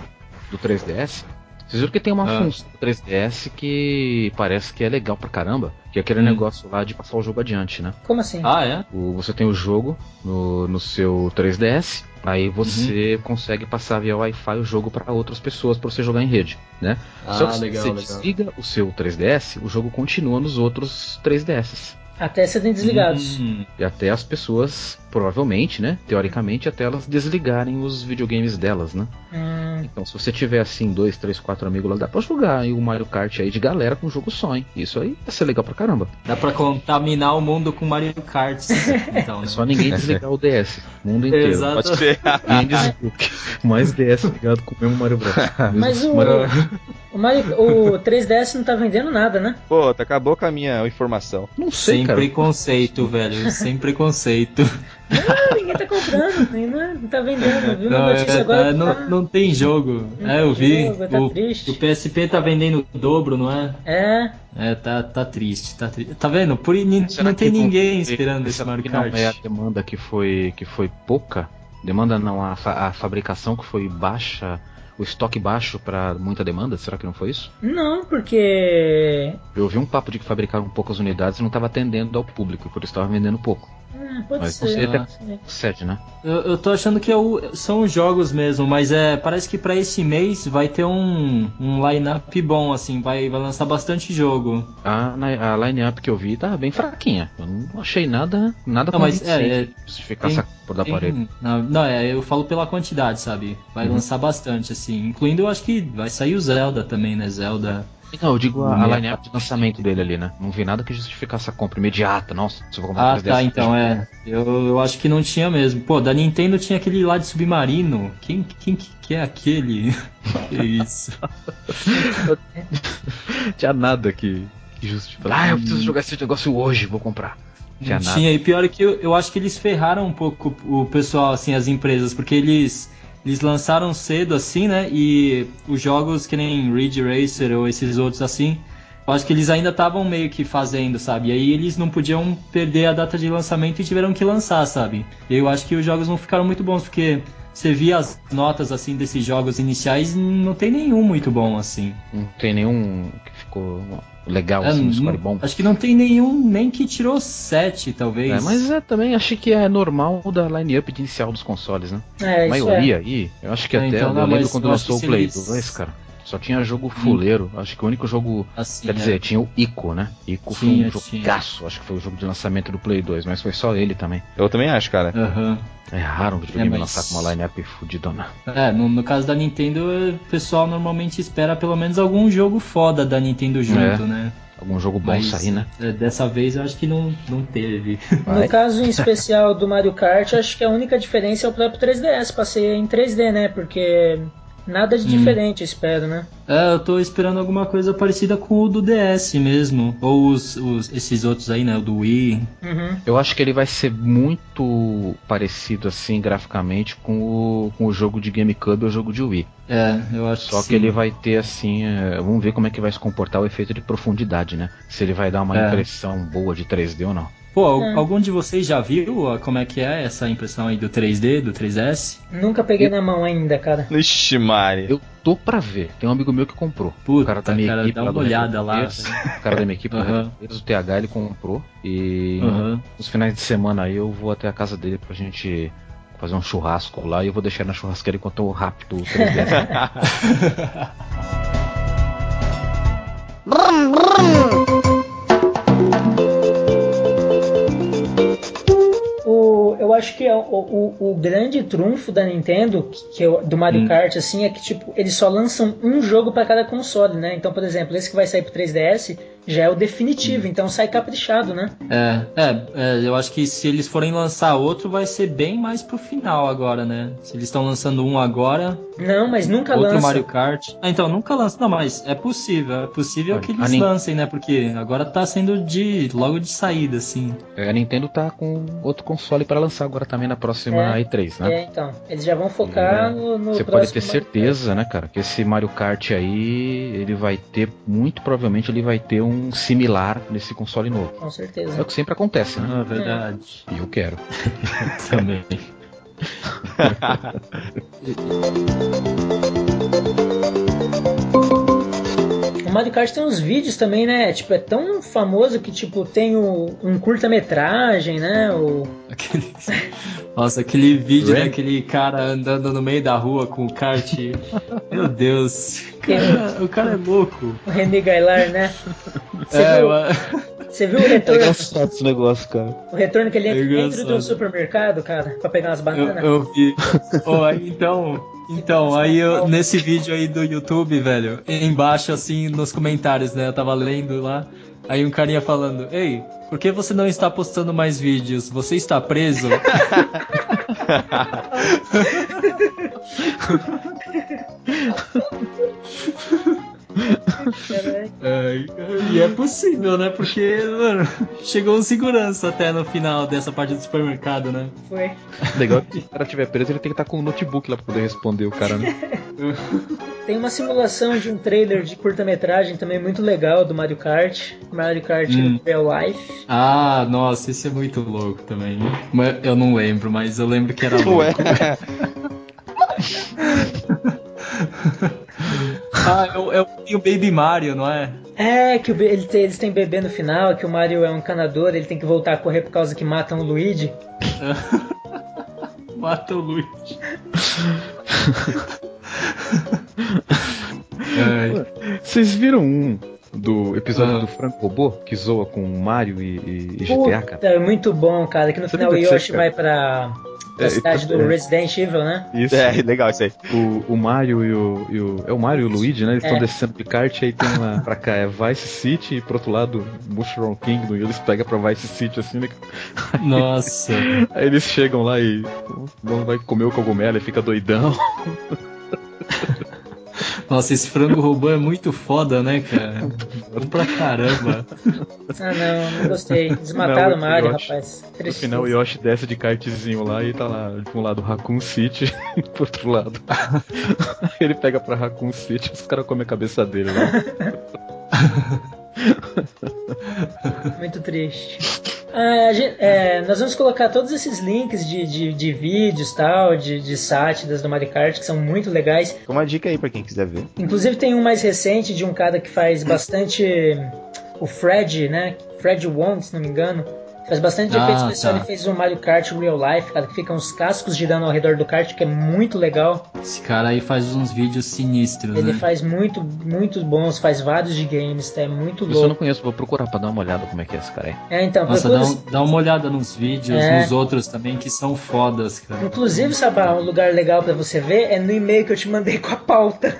[SPEAKER 7] do 3DS, Vocês viram que tem uma
[SPEAKER 8] Ah.
[SPEAKER 7] função do 3DS que parece que é legal pra caramba, que é aquele negócio lá de passar o jogo adiante, né?
[SPEAKER 1] Como assim?
[SPEAKER 3] Ah, é?
[SPEAKER 7] O- você tem o jogo no, no seu 3DS, aí você consegue passar via Wi-Fi o jogo pra outras pessoas pra você jogar em rede, né?
[SPEAKER 3] Ah,
[SPEAKER 7] Só que se
[SPEAKER 3] legal,
[SPEAKER 7] você
[SPEAKER 3] legal.
[SPEAKER 7] desliga o seu 3DS, o jogo continua nos outros 3DS.
[SPEAKER 1] Até serem desligados.
[SPEAKER 2] Hum.
[SPEAKER 7] E até as pessoas, provavelmente, né? Teoricamente, até elas desligarem os videogames delas, né?
[SPEAKER 1] Hum,
[SPEAKER 7] Então, se você tiver assim, dois, três, quatro amigos lá, dá pra jogar aí o Mario Kart aí de galera com um jogo só, hein? Isso aí vai ser legal pra caramba.
[SPEAKER 3] Dá pra contaminar o mundo com Mario Kart. Então, né?
[SPEAKER 7] É só ninguém desligar o DS. O mundo inteiro.
[SPEAKER 3] Exato.
[SPEAKER 7] Pode ser. Ninguém desliga. Mais DS ligado com o mesmo Mario Bros.
[SPEAKER 1] Mas o,
[SPEAKER 7] Mario-
[SPEAKER 1] o, Mario- o 3DS não tá vendendo nada, né?
[SPEAKER 8] Pô, tá acabou com a minha informação.
[SPEAKER 7] Não
[SPEAKER 3] Sem preconceito, velho. Sem preconceito.
[SPEAKER 1] Ah, ninguém tá comprando, nem
[SPEAKER 10] né?
[SPEAKER 1] nada, não tá vendendo. Viu
[SPEAKER 3] Não,
[SPEAKER 1] na notícia
[SPEAKER 3] é,
[SPEAKER 1] agora?
[SPEAKER 3] tá,
[SPEAKER 1] que
[SPEAKER 3] não,
[SPEAKER 1] tá-
[SPEAKER 3] não tem jogo.
[SPEAKER 1] Não
[SPEAKER 3] é,
[SPEAKER 1] tem
[SPEAKER 3] eu vi.
[SPEAKER 1] jogo, tá
[SPEAKER 3] o,
[SPEAKER 1] triste.
[SPEAKER 3] o PSP tá vendendo o dobro, não é?
[SPEAKER 1] É,
[SPEAKER 3] É, tá, tá triste, tá triste. Tá vendo? Por in- não tem ninguém esperando esse Mario
[SPEAKER 7] Que não
[SPEAKER 3] Kart.
[SPEAKER 7] é a demanda que foi, que foi pouca. Demanda não, a, fa- a fabricação que foi baixa, o estoque baixo pra muita demanda, será que não foi isso?
[SPEAKER 1] não, porque.
[SPEAKER 7] Eu ouvi um papo de que fabricaram poucas unidades e não tava atendendo ao público, por isso tava vendendo pouco.
[SPEAKER 1] Ah, pode
[SPEAKER 7] Mas não
[SPEAKER 1] ser.
[SPEAKER 7] sei até
[SPEAKER 1] pode ser.
[SPEAKER 7] sede, né?
[SPEAKER 3] Eu, eu tô achando que é o- são os jogos mesmo, mas é, parece que pra esse mês vai ter um, um line-up bom, assim, vai, vai lançar bastante jogo.
[SPEAKER 7] A, li- a line-up que eu vi tava bem fraquinha. Eu não achei nada, nada
[SPEAKER 3] Não, mas
[SPEAKER 7] convincente
[SPEAKER 3] é, é,
[SPEAKER 7] que justificasse
[SPEAKER 3] tem-
[SPEAKER 7] a cor da
[SPEAKER 3] tem-
[SPEAKER 7] parede.
[SPEAKER 3] Não, não, é, eu falo pela quantidade, sabe? Vai
[SPEAKER 7] Uhum.
[SPEAKER 3] lançar bastante, assim. Incluindo, eu acho que vai sair o Zelda também, né? Zelda.
[SPEAKER 7] um- Não, eu digo a,
[SPEAKER 3] Meia-
[SPEAKER 7] a line-up de lançamento dele ali, né? Não vi nada que justificasse a compra imediata. Nossa, se eu vou comprar
[SPEAKER 3] Ah,
[SPEAKER 7] 3DS,
[SPEAKER 3] tá, então é. Eu, eu acho que não tinha mesmo. Pô, da Nintendo tinha aquele lá de submarino. Quem, quem que que é aquele? que isso?
[SPEAKER 7] Não tinha nada que, que justificasse. Ah, eu preciso jogar esse negócio hoje, vou comprar. Não tinha
[SPEAKER 3] Não
[SPEAKER 7] nada.
[SPEAKER 3] tinha, e pior é que eu, eu acho que eles ferraram um pouco o pessoal, assim, as empresas, porque eles, eles lançaram cedo, assim, né? E os jogos que nem Ridge Racer ou esses outros assim, eu acho que eles ainda estavam meio que fazendo, sabe? E aí eles não podiam perder a data de lançamento e tiveram que lançar, sabe? E eu acho que os jogos não ficaram muito bons, porque você via as notas, assim, desses jogos iniciais, não tem nenhum muito bom, assim.
[SPEAKER 7] Não tem nenhum que ficou legal,
[SPEAKER 3] É,
[SPEAKER 7] assim, um
[SPEAKER 3] não-
[SPEAKER 7] score bom.
[SPEAKER 3] Acho que não tem nenhum, nem que tirou 7, talvez.
[SPEAKER 7] É, mas é, também achei que é normal da line-up de inicial dos consoles, né?
[SPEAKER 1] É,
[SPEAKER 7] a
[SPEAKER 1] isso
[SPEAKER 7] maioria
[SPEAKER 1] é.
[SPEAKER 7] aí, eu acho que
[SPEAKER 3] É,
[SPEAKER 7] até
[SPEAKER 3] então,
[SPEAKER 7] eu
[SPEAKER 3] não,
[SPEAKER 7] lembro
[SPEAKER 3] mas
[SPEAKER 7] quando
[SPEAKER 3] eu acho
[SPEAKER 7] lançou o
[SPEAKER 3] que
[SPEAKER 7] Play
[SPEAKER 3] se eles-
[SPEAKER 7] 2, cara. Só tinha jogo fuleiro. Acho que o único jogo.
[SPEAKER 3] Assim,
[SPEAKER 7] quer
[SPEAKER 3] é.
[SPEAKER 7] dizer, tinha o Ico, né? Ico foi
[SPEAKER 3] Tinha,
[SPEAKER 7] um jogaço. Acho que foi o jogo de lançamento do Play 2, mas foi só ele também.
[SPEAKER 8] Eu também acho, cara.
[SPEAKER 3] Aham.
[SPEAKER 7] É raro um videogame
[SPEAKER 3] mas-
[SPEAKER 7] lançar com uma line-up fudidona.
[SPEAKER 3] É, no, no caso da Nintendo, eh, o pessoal normalmente espera pelo menos algum jogo foda da Nintendo junto,
[SPEAKER 7] É.
[SPEAKER 3] né?
[SPEAKER 7] Algum jogo bom
[SPEAKER 3] Mas,
[SPEAKER 7] sair, né?
[SPEAKER 3] eh, Dessa vez eu acho que não, não teve.
[SPEAKER 1] No caso em especial do Mario Kart, acho que a única diferença é o próprio 3DS, pra ser em 3D, né? Porque nada de diferente, espero, né?
[SPEAKER 3] É, eu tô esperando alguma coisa parecida com o do DS mesmo. Ou os, os- esses outros aí, né? O do Wii.
[SPEAKER 1] Uhum.
[SPEAKER 7] Eu acho que ele vai ser muito parecido, assim, graficamente, com o, com o jogo de GameCube ou o jogo de Wii.
[SPEAKER 3] É, eu acho
[SPEAKER 7] Só
[SPEAKER 3] sim.
[SPEAKER 7] que ele vai ter assim. eh, Vamos ver como é que vai se comportar o efeito de profundidade, né? Se ele vai dar uma
[SPEAKER 3] É.
[SPEAKER 7] impressão boa de 3D ou não.
[SPEAKER 3] Pô, al-
[SPEAKER 1] É.
[SPEAKER 3] algum de vocês já viu ó, como é que é essa impressão aí do 3D, do 3S?
[SPEAKER 1] Nunca peguei na mão ainda, cara.
[SPEAKER 8] Ixi, Mari.
[SPEAKER 7] Eu tô pra ver. Tem um amigo meu que comprou.
[SPEAKER 3] Puta,
[SPEAKER 7] o cara tá da minha
[SPEAKER 3] cara,
[SPEAKER 7] equipe
[SPEAKER 3] dá
[SPEAKER 7] lá
[SPEAKER 3] uma
[SPEAKER 7] do
[SPEAKER 3] olhada lá,
[SPEAKER 7] Retroplayers, O cara da minha equipe do
[SPEAKER 3] Aham.
[SPEAKER 7] Retroplayers, o TH, ele comprou. E
[SPEAKER 3] Aham.
[SPEAKER 7] nos finais de semana aí eu vou até a casa dele pra gente fazer um churrasco lá e eu vou deixar na churrasqueira enquanto eu rápido o 3D.
[SPEAKER 1] O, eu acho que é o, o, o grande trunfo da Nintendo, que, que eu- do Mario Kart, assim, é que, tipo, eles só lançam um jogo pra cada console, né? Então, por exemplo, esse que vai sair pro 3DS já é o definitivo, então sai caprichado, né?
[SPEAKER 3] É, é, é, eu acho que se eles forem lançar outro, vai ser bem mais pro final agora, né? Se eles estão lançando um agora,
[SPEAKER 1] Não, mas nunca
[SPEAKER 3] outro
[SPEAKER 1] lança.
[SPEAKER 3] Mario Kart. Ah, então, nunca lança. Não, mas é possível. É possível
[SPEAKER 7] Olha,
[SPEAKER 3] que
[SPEAKER 7] a
[SPEAKER 3] eles
[SPEAKER 7] Nin-
[SPEAKER 3] lancem, né? Porque agora tá sendo de logo de saída, assim.
[SPEAKER 7] É, a Nintendo tá com outro console pra lançar agora também na próxima
[SPEAKER 1] É.
[SPEAKER 7] E3, né?
[SPEAKER 1] É, então, eles já vão focar no, no próximo
[SPEAKER 7] Você pode ter
[SPEAKER 1] Mario Kart.
[SPEAKER 7] certeza, né, cara, que esse Mario Kart aí, ele vai ter, muito provavelmente ele vai ter um similar nesse console novo.
[SPEAKER 1] Com
[SPEAKER 7] É o
[SPEAKER 1] certeza.
[SPEAKER 7] que sempre acontece, né?
[SPEAKER 3] Na verdade.
[SPEAKER 7] E eu quero.
[SPEAKER 3] Também.
[SPEAKER 1] O Mario Kart tem uns vídeos também, né? Tipo, é tão famoso que, tipo, tem o- um curta-metragem, né? O...
[SPEAKER 3] Aquele... Nossa, aquele vídeo
[SPEAKER 8] Ren-
[SPEAKER 3] daquele cara andando no meio da rua com o kart. Meu Deus. Cara, o cara é louco.
[SPEAKER 1] O René Gailar, né? Você
[SPEAKER 3] É,
[SPEAKER 1] viu,
[SPEAKER 3] mano.
[SPEAKER 1] você viu o retorno?
[SPEAKER 8] engraçado esse negócio, cara.
[SPEAKER 1] O retorno que ele
[SPEAKER 3] É
[SPEAKER 1] entra dentro
[SPEAKER 3] engraçado.
[SPEAKER 1] do supermercado, cara, pra pegar umas
[SPEAKER 3] Eu,
[SPEAKER 1] bananas.
[SPEAKER 3] eu vi. Ô, aí, então. Então, aí eu, nesse vídeo aí do YouTube, velho, embaixo assim nos comentários, né? Eu tava lendo lá. Aí um carinha falando, ei, por que você não está postando mais vídeos? Você está preso?
[SPEAKER 1] Caralho.
[SPEAKER 3] É, e é possível, né? Porque, mano, chegou um segurança até no final dessa parte do supermercado, né?
[SPEAKER 1] Foi.
[SPEAKER 7] Legal é que se o cara tiver preso, ele tem que estar com o notebook lá pra poder responder o cara, né?
[SPEAKER 1] Tem uma simulação de um trailer de curta-metragem também muito legal do Mario Kart. Mario Kart
[SPEAKER 3] Hum.
[SPEAKER 1] Real Life.
[SPEAKER 3] Ah, nossa, isso é muito louco também. Mas Eu não lembro, mas eu lembro que era louco. ah, é o, é o- e o Baby Mario, não é?
[SPEAKER 1] É, que o be- ele tem- eles têm bebê no final, que o Mario é um canador, ele tem que voltar a correr por causa que matam o Luigi.
[SPEAKER 3] Mata o Luigi. Ai.
[SPEAKER 7] Vocês viram um do episódio do Franco Robô que zoa com Mario e, e- e GTA, cara?
[SPEAKER 1] Puta, é muito bom, cara. Que no
[SPEAKER 7] Você
[SPEAKER 1] final o
[SPEAKER 7] lembra disso aí,
[SPEAKER 1] Yoshi
[SPEAKER 7] cara?
[SPEAKER 1] vai pra, pra
[SPEAKER 7] É,
[SPEAKER 1] cidade do
[SPEAKER 7] é.
[SPEAKER 1] Resident Evil, né?
[SPEAKER 7] Isso.
[SPEAKER 8] É, legal isso aí.
[SPEAKER 7] O, o Mario e o, e o- É o Mario e o Luigi, né? Eles estão
[SPEAKER 1] É.
[SPEAKER 7] descendo de kart aí tem uma. pra cá é Vice City e pro outro lado Mushroom Kingdom e eles pegam pra Vice City assim, né? cara?
[SPEAKER 3] Nossa.
[SPEAKER 7] Aí eles chegam lá e. Vão vai comer o cogumelo e fica doidão.
[SPEAKER 3] Nossa, esse frango robô é muito foda, né, cara? Bom pra caramba.
[SPEAKER 1] Ah, não, não gostei. Desmataram o
[SPEAKER 7] Não,
[SPEAKER 1] Mario,
[SPEAKER 7] Yoshi.
[SPEAKER 1] rapaz.
[SPEAKER 7] No
[SPEAKER 1] Triste.
[SPEAKER 7] final o Yoshi desce de kartzinho lá e tá lá, de um lado Raccoon City e pro outro lado. Ele pega pra Raccoon City os caras comem a cabeça dele lá.
[SPEAKER 1] Muito triste. Ah, a gen- é, nós vamos colocar todos esses links de, de, de vídeos tal, de, de sátiras do Mario Kart, que são muito legais.
[SPEAKER 8] Fica uma dica aí pra quem quiser ver.
[SPEAKER 1] Inclusive tem um mais recente de um cara que faz bastante. O Fred, né? Fred Wong, se não me engano. Faz bastante
[SPEAKER 3] Ah,
[SPEAKER 1] efeitos especial
[SPEAKER 3] tá.
[SPEAKER 1] Ele fez um Mario Kart Real Life, cara, que fica uns cascos girando ao redor do kart, que é muito legal.
[SPEAKER 3] Esse cara aí faz uns vídeos sinistros,
[SPEAKER 1] Ele
[SPEAKER 3] né?
[SPEAKER 1] faz muito, muito bons, faz vários de games, tá? É muito
[SPEAKER 7] Eu só não
[SPEAKER 1] louco.
[SPEAKER 7] conheço, vou procurar pra dar uma olhada como é que é esse cara aí.
[SPEAKER 1] É, então,
[SPEAKER 3] Nossa,
[SPEAKER 1] procura
[SPEAKER 3] dá, um- dá uma olhada nos vídeos,
[SPEAKER 1] É.
[SPEAKER 3] nos outros também, que são fodas, cara.
[SPEAKER 1] Inclusive, Sabá, um lugar legal pra você ver é no e-mail que eu te mandei com a pauta.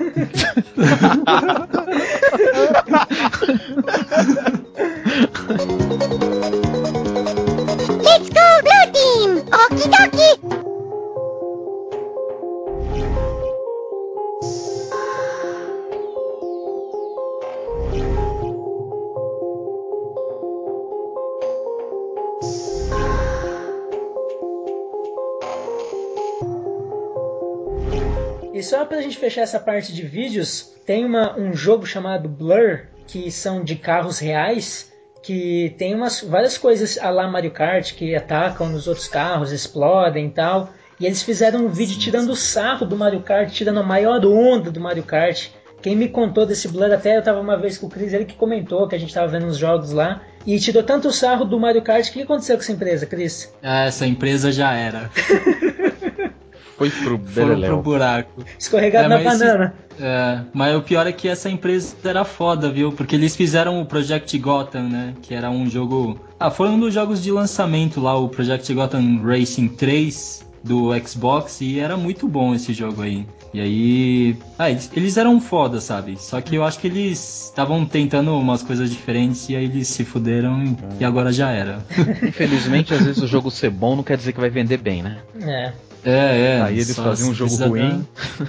[SPEAKER 6] Let's go Blue Team! Okidoki!
[SPEAKER 1] E só pra gente fechar essa parte de vídeos, tem uma- um jogo chamado Blur, que são de carros reais, que tem umas, várias coisas a lá Mario Kart, que atacam nos outros carros, explodem e tal. E eles fizeram um vídeo tirando o sarro do Mario Kart, tirando a maior onda do Mario Kart. Quem me contou desse Blur até eu tava uma vez com o Chris, ele que comentou que a gente tava vendo uns jogos lá. E tirou tanto sarro do Mario Kart, o que aconteceu com essa empresa, Chris?
[SPEAKER 3] Ah, essa empresa já era.
[SPEAKER 7] Foi pro
[SPEAKER 3] Foram pro
[SPEAKER 7] Beleléu.
[SPEAKER 3] buraco.
[SPEAKER 1] Escorregado
[SPEAKER 3] É,
[SPEAKER 1] na
[SPEAKER 3] mas esse-
[SPEAKER 1] banana.
[SPEAKER 3] É, mas o pior é que essa empresa era foda, viu? Porque eles fizeram o Project Gotham, né? Que era um jogo. Ah, foi um dos jogos de lançamento lá, o Project Gotham Racing 3 do Xbox, e era muito bom esse jogo aí. E aí. Ah, eles, eles eram foda, sabe? Só que eu acho que eles estavam tentando umas coisas diferentes e aí eles se fuderam
[SPEAKER 7] É.
[SPEAKER 3] e- e agora já era.
[SPEAKER 7] Infelizmente, às vezes o jogo ser bom não quer dizer que vai vender bem, né?
[SPEAKER 1] É.
[SPEAKER 3] É, é.
[SPEAKER 7] Aí eles
[SPEAKER 3] só
[SPEAKER 7] fazem um jogo
[SPEAKER 3] precisa
[SPEAKER 7] ruim.
[SPEAKER 3] dar-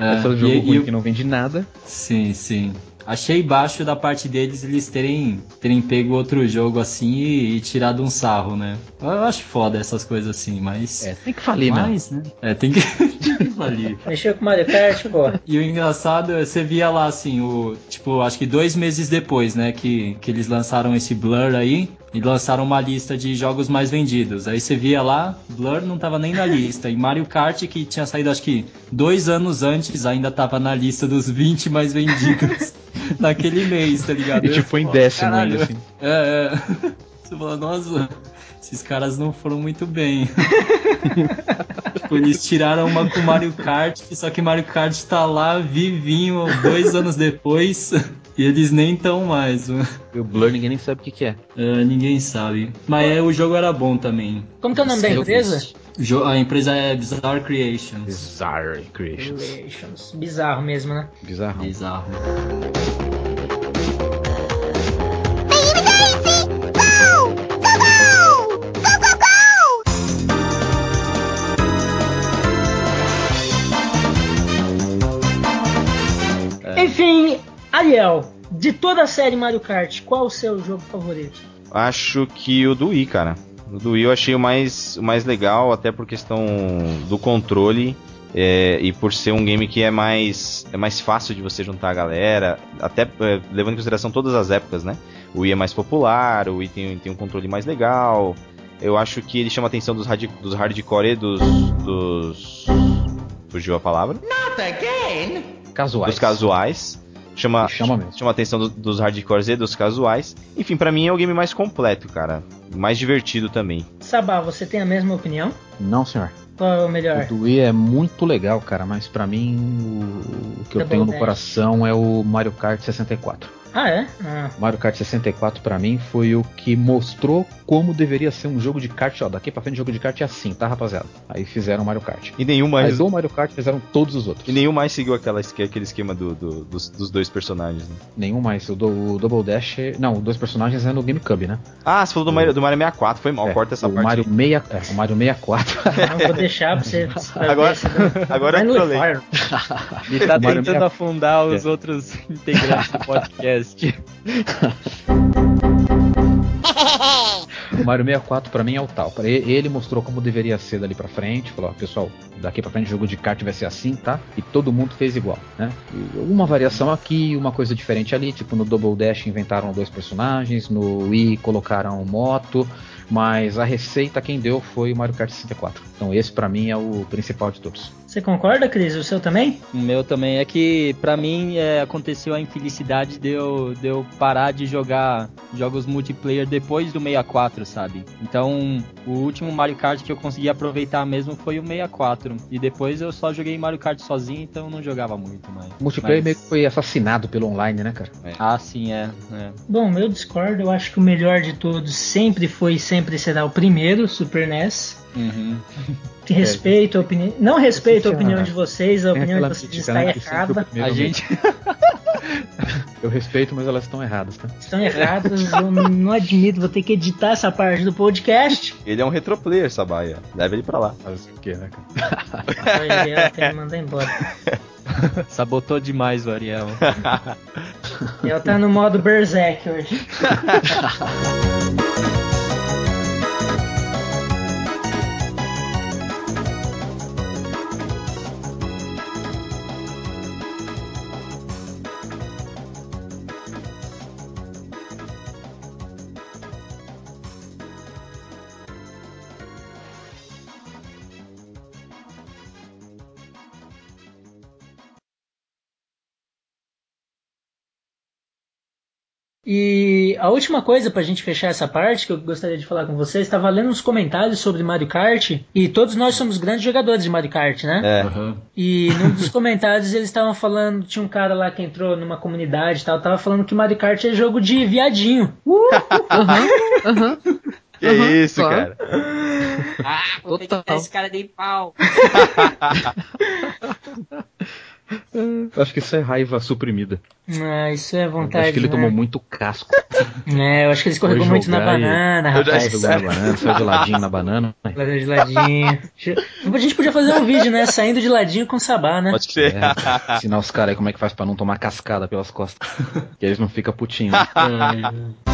[SPEAKER 3] É,
[SPEAKER 7] Aí fazem um
[SPEAKER 3] e-
[SPEAKER 7] jogo
[SPEAKER 3] e
[SPEAKER 7] ruim
[SPEAKER 3] o-
[SPEAKER 7] que não vende nada.
[SPEAKER 3] Sim, sim. Achei baixo da parte deles eles terem, terem pego outro jogo assim e, e tirado um sarro, né? Eu acho foda essas coisas assim, mas. É,
[SPEAKER 7] tem que falir,
[SPEAKER 1] né?
[SPEAKER 3] mas, né? É, tem que, tem que falir.
[SPEAKER 1] Mexeu com o Mario Kart, pô.
[SPEAKER 3] E o engraçado é você via lá assim, o. Tipo, acho que dois meses depois, né, que, que eles lançaram esse Blur aí.
[SPEAKER 2] E lançaram uma lista de jogos mais vendidos. Aí você via lá, Blur não tava nem na lista. E Mario Kart, que tinha saído acho que dois anos antes, ainda tava na lista dos 20 mais vendidos naquele mês, tá ligado?
[SPEAKER 15] E tipo em décimo
[SPEAKER 2] Caralho.
[SPEAKER 15] ainda, assim.
[SPEAKER 2] É, é. Você fala, nossa, esses caras não foram muito bem. Tipo, eles tiraram uma com Mario Kart, só que Mario Kart tá lá vivinho dois anos depois e eles nem tão mais.
[SPEAKER 7] E o Blur ninguém nem sabe o que, que é.
[SPEAKER 2] Ninguém sabe. Mas é, o jogo era bom também.
[SPEAKER 1] Como que é o nome da
[SPEAKER 2] Eu
[SPEAKER 1] empresa?
[SPEAKER 2] O jo- A empresa é Bizarre Creations.
[SPEAKER 7] Bizarre
[SPEAKER 1] Relations. Bizarro mesmo, né?
[SPEAKER 7] Bizarro.
[SPEAKER 2] Bizarro.
[SPEAKER 1] Enfim, Ariel, de toda a série Mario Kart, qual o seu jogo favorito?
[SPEAKER 8] Acho que o do Wii, cara. O do Wii eu achei o mais, o mais legal, até por questão do controle. é, e por ser um game que é mais, é mais fácil de você juntar a galera, até é, levando em consideração todas as épocas, né? O Wii é mais popular, o Wii tem, tem um controle mais legal. Eu acho que ele chama a atenção dos, radi- dos hardcore e dos, dos. Fugiu a palavra?
[SPEAKER 7] Casuais. Ah,
[SPEAKER 8] Dos casuais. Chama, chama, a atenção do- dos hardcores e dos casuais. Enfim, pra mim é o game mais completo, cara. Mais divertido também.
[SPEAKER 1] Sabá, você tem a mesma opinião?
[SPEAKER 7] Não, senhor.
[SPEAKER 1] Qual é o melhor?
[SPEAKER 7] O do Wii é muito legal, cara, mas pra mim o, o que eu
[SPEAKER 1] Double
[SPEAKER 7] tenho no
[SPEAKER 1] Dash.
[SPEAKER 7] coração é o Mario Kart 64.
[SPEAKER 1] Ah, é? Ah.
[SPEAKER 7] Mario Kart 64 pra mim foi o que mostrou como deveria ser um jogo de kart. Ó, daqui pra frente jogo de kart é assim, tá, rapaziada? Aí fizeram Mario Kart.
[SPEAKER 8] E nenhum mais.
[SPEAKER 7] Aí do Mario Kart fizeram todos os outros.
[SPEAKER 8] E nenhum mais seguiu aquela, esque- aquele esquema do- do- dos, dos dois personagens. Né?
[SPEAKER 7] Nenhum mais. O, do, o Double Dash. Não, dois personagens é no GameCube, né?
[SPEAKER 8] Ah, você falou do Mario, do Mario 64, foi mal,
[SPEAKER 7] É,
[SPEAKER 8] corta essa
[SPEAKER 7] o
[SPEAKER 8] parte.
[SPEAKER 7] Mario 6, é, o Mario 64.
[SPEAKER 1] Não tá, vou deixar pra você. pra
[SPEAKER 8] Agora-
[SPEAKER 1] ver se dá-
[SPEAKER 8] agora
[SPEAKER 1] Vai
[SPEAKER 8] eu
[SPEAKER 1] no
[SPEAKER 8] trolei.
[SPEAKER 1] Fire.
[SPEAKER 3] Ele tá
[SPEAKER 7] O Mario
[SPEAKER 3] tentando
[SPEAKER 7] Kart-
[SPEAKER 3] afundar os
[SPEAKER 7] É.
[SPEAKER 3] outros integrantes do podcast.
[SPEAKER 7] O Mario 64 pra mim é o tal. Pra e- Ele mostrou como deveria ser dali pra frente. Falou, ó, pessoal, daqui pra frente o jogo de kart vai ser assim, tá? E todo mundo fez igual, né? E Uma variação aqui, uma coisa diferente ali. Tipo, no Double Dash inventaram dois personagens, no Wii colocaram moto. Mas a receita quem deu foi o Mario Kart 64. Então esse pra mim é o principal de todos.
[SPEAKER 1] Você concorda, Cris? O seu também?
[SPEAKER 3] O meu também é que, pra mim, é, aconteceu a infelicidade de eu, de eu parar de jogar jogos multiplayer depois do 64, sabe? Então, o último Mario Kart que eu consegui aproveitar mesmo foi o 64. E depois eu só joguei Mario Kart sozinho, então eu não jogava muito mais.
[SPEAKER 7] O multiplayer
[SPEAKER 3] Mas-
[SPEAKER 7] meio que foi assassinado pelo online, né, cara?
[SPEAKER 3] Ah, sim, é. é.
[SPEAKER 1] Bom, eu discordo. Eu acho que o melhor de todos sempre foi e sempre será o primeiro, Super NES.
[SPEAKER 3] Uhum.
[SPEAKER 1] Que respeito a opinião. Não respeito a
[SPEAKER 7] Ah,
[SPEAKER 1] opinião de vocês, a
[SPEAKER 7] tem
[SPEAKER 1] opinião de
[SPEAKER 7] aquela
[SPEAKER 1] vocês
[SPEAKER 7] mítica,
[SPEAKER 1] está
[SPEAKER 7] né, que sempre o
[SPEAKER 1] errada.
[SPEAKER 7] primeiro
[SPEAKER 3] A gente-
[SPEAKER 7] Eu respeito, mas elas estão erradas, tá?
[SPEAKER 1] Estão errados, eu não admito, vou ter que editar essa parte do podcast.
[SPEAKER 8] Ele é um retroplayer, Sabaya. Leva ele pra lá.
[SPEAKER 7] Fazer o quê, né, cara?
[SPEAKER 1] Aí, ela tem que mandar embora.
[SPEAKER 3] Sabotou demais o Ariel.
[SPEAKER 1] Ela tá no modo Berserk hoje. E a última coisa pra gente fechar essa parte que eu gostaria de falar com vocês, estava lendo uns comentários sobre Mario Kart e todos nós somos grandes jogadores de Mario Kart, né?
[SPEAKER 8] É.
[SPEAKER 1] E num dos comentários eles estavam falando, tinha um cara lá que entrou numa comunidade e tal, tava falando que Mario Kart é jogo de viadinho. Uh,
[SPEAKER 8] Que isso,
[SPEAKER 14] claro.
[SPEAKER 8] cara.
[SPEAKER 14] Ah, vou ter que dar esse cara de pau.
[SPEAKER 7] Eu acho que isso é raiva suprimida.
[SPEAKER 1] Ah, isso é
[SPEAKER 7] Eu
[SPEAKER 1] vontade.
[SPEAKER 7] acho que ele
[SPEAKER 1] né?
[SPEAKER 7] tomou muito casco.
[SPEAKER 1] É, eu acho que ele escorregou
[SPEAKER 7] Foi
[SPEAKER 1] muito na
[SPEAKER 7] jogar e-
[SPEAKER 1] banana, rapaz.
[SPEAKER 7] Escorregou na banana, saiu de ladinho na banana.
[SPEAKER 1] Ladinho de ladinho. A gente podia fazer um vídeo, né? Saindo de ladinho com sabá, né?
[SPEAKER 8] Pode ser.
[SPEAKER 7] É, ensinar os caras aí como é que faz pra não tomar cascada pelas costas. que eles não ficam putinhos.
[SPEAKER 1] É.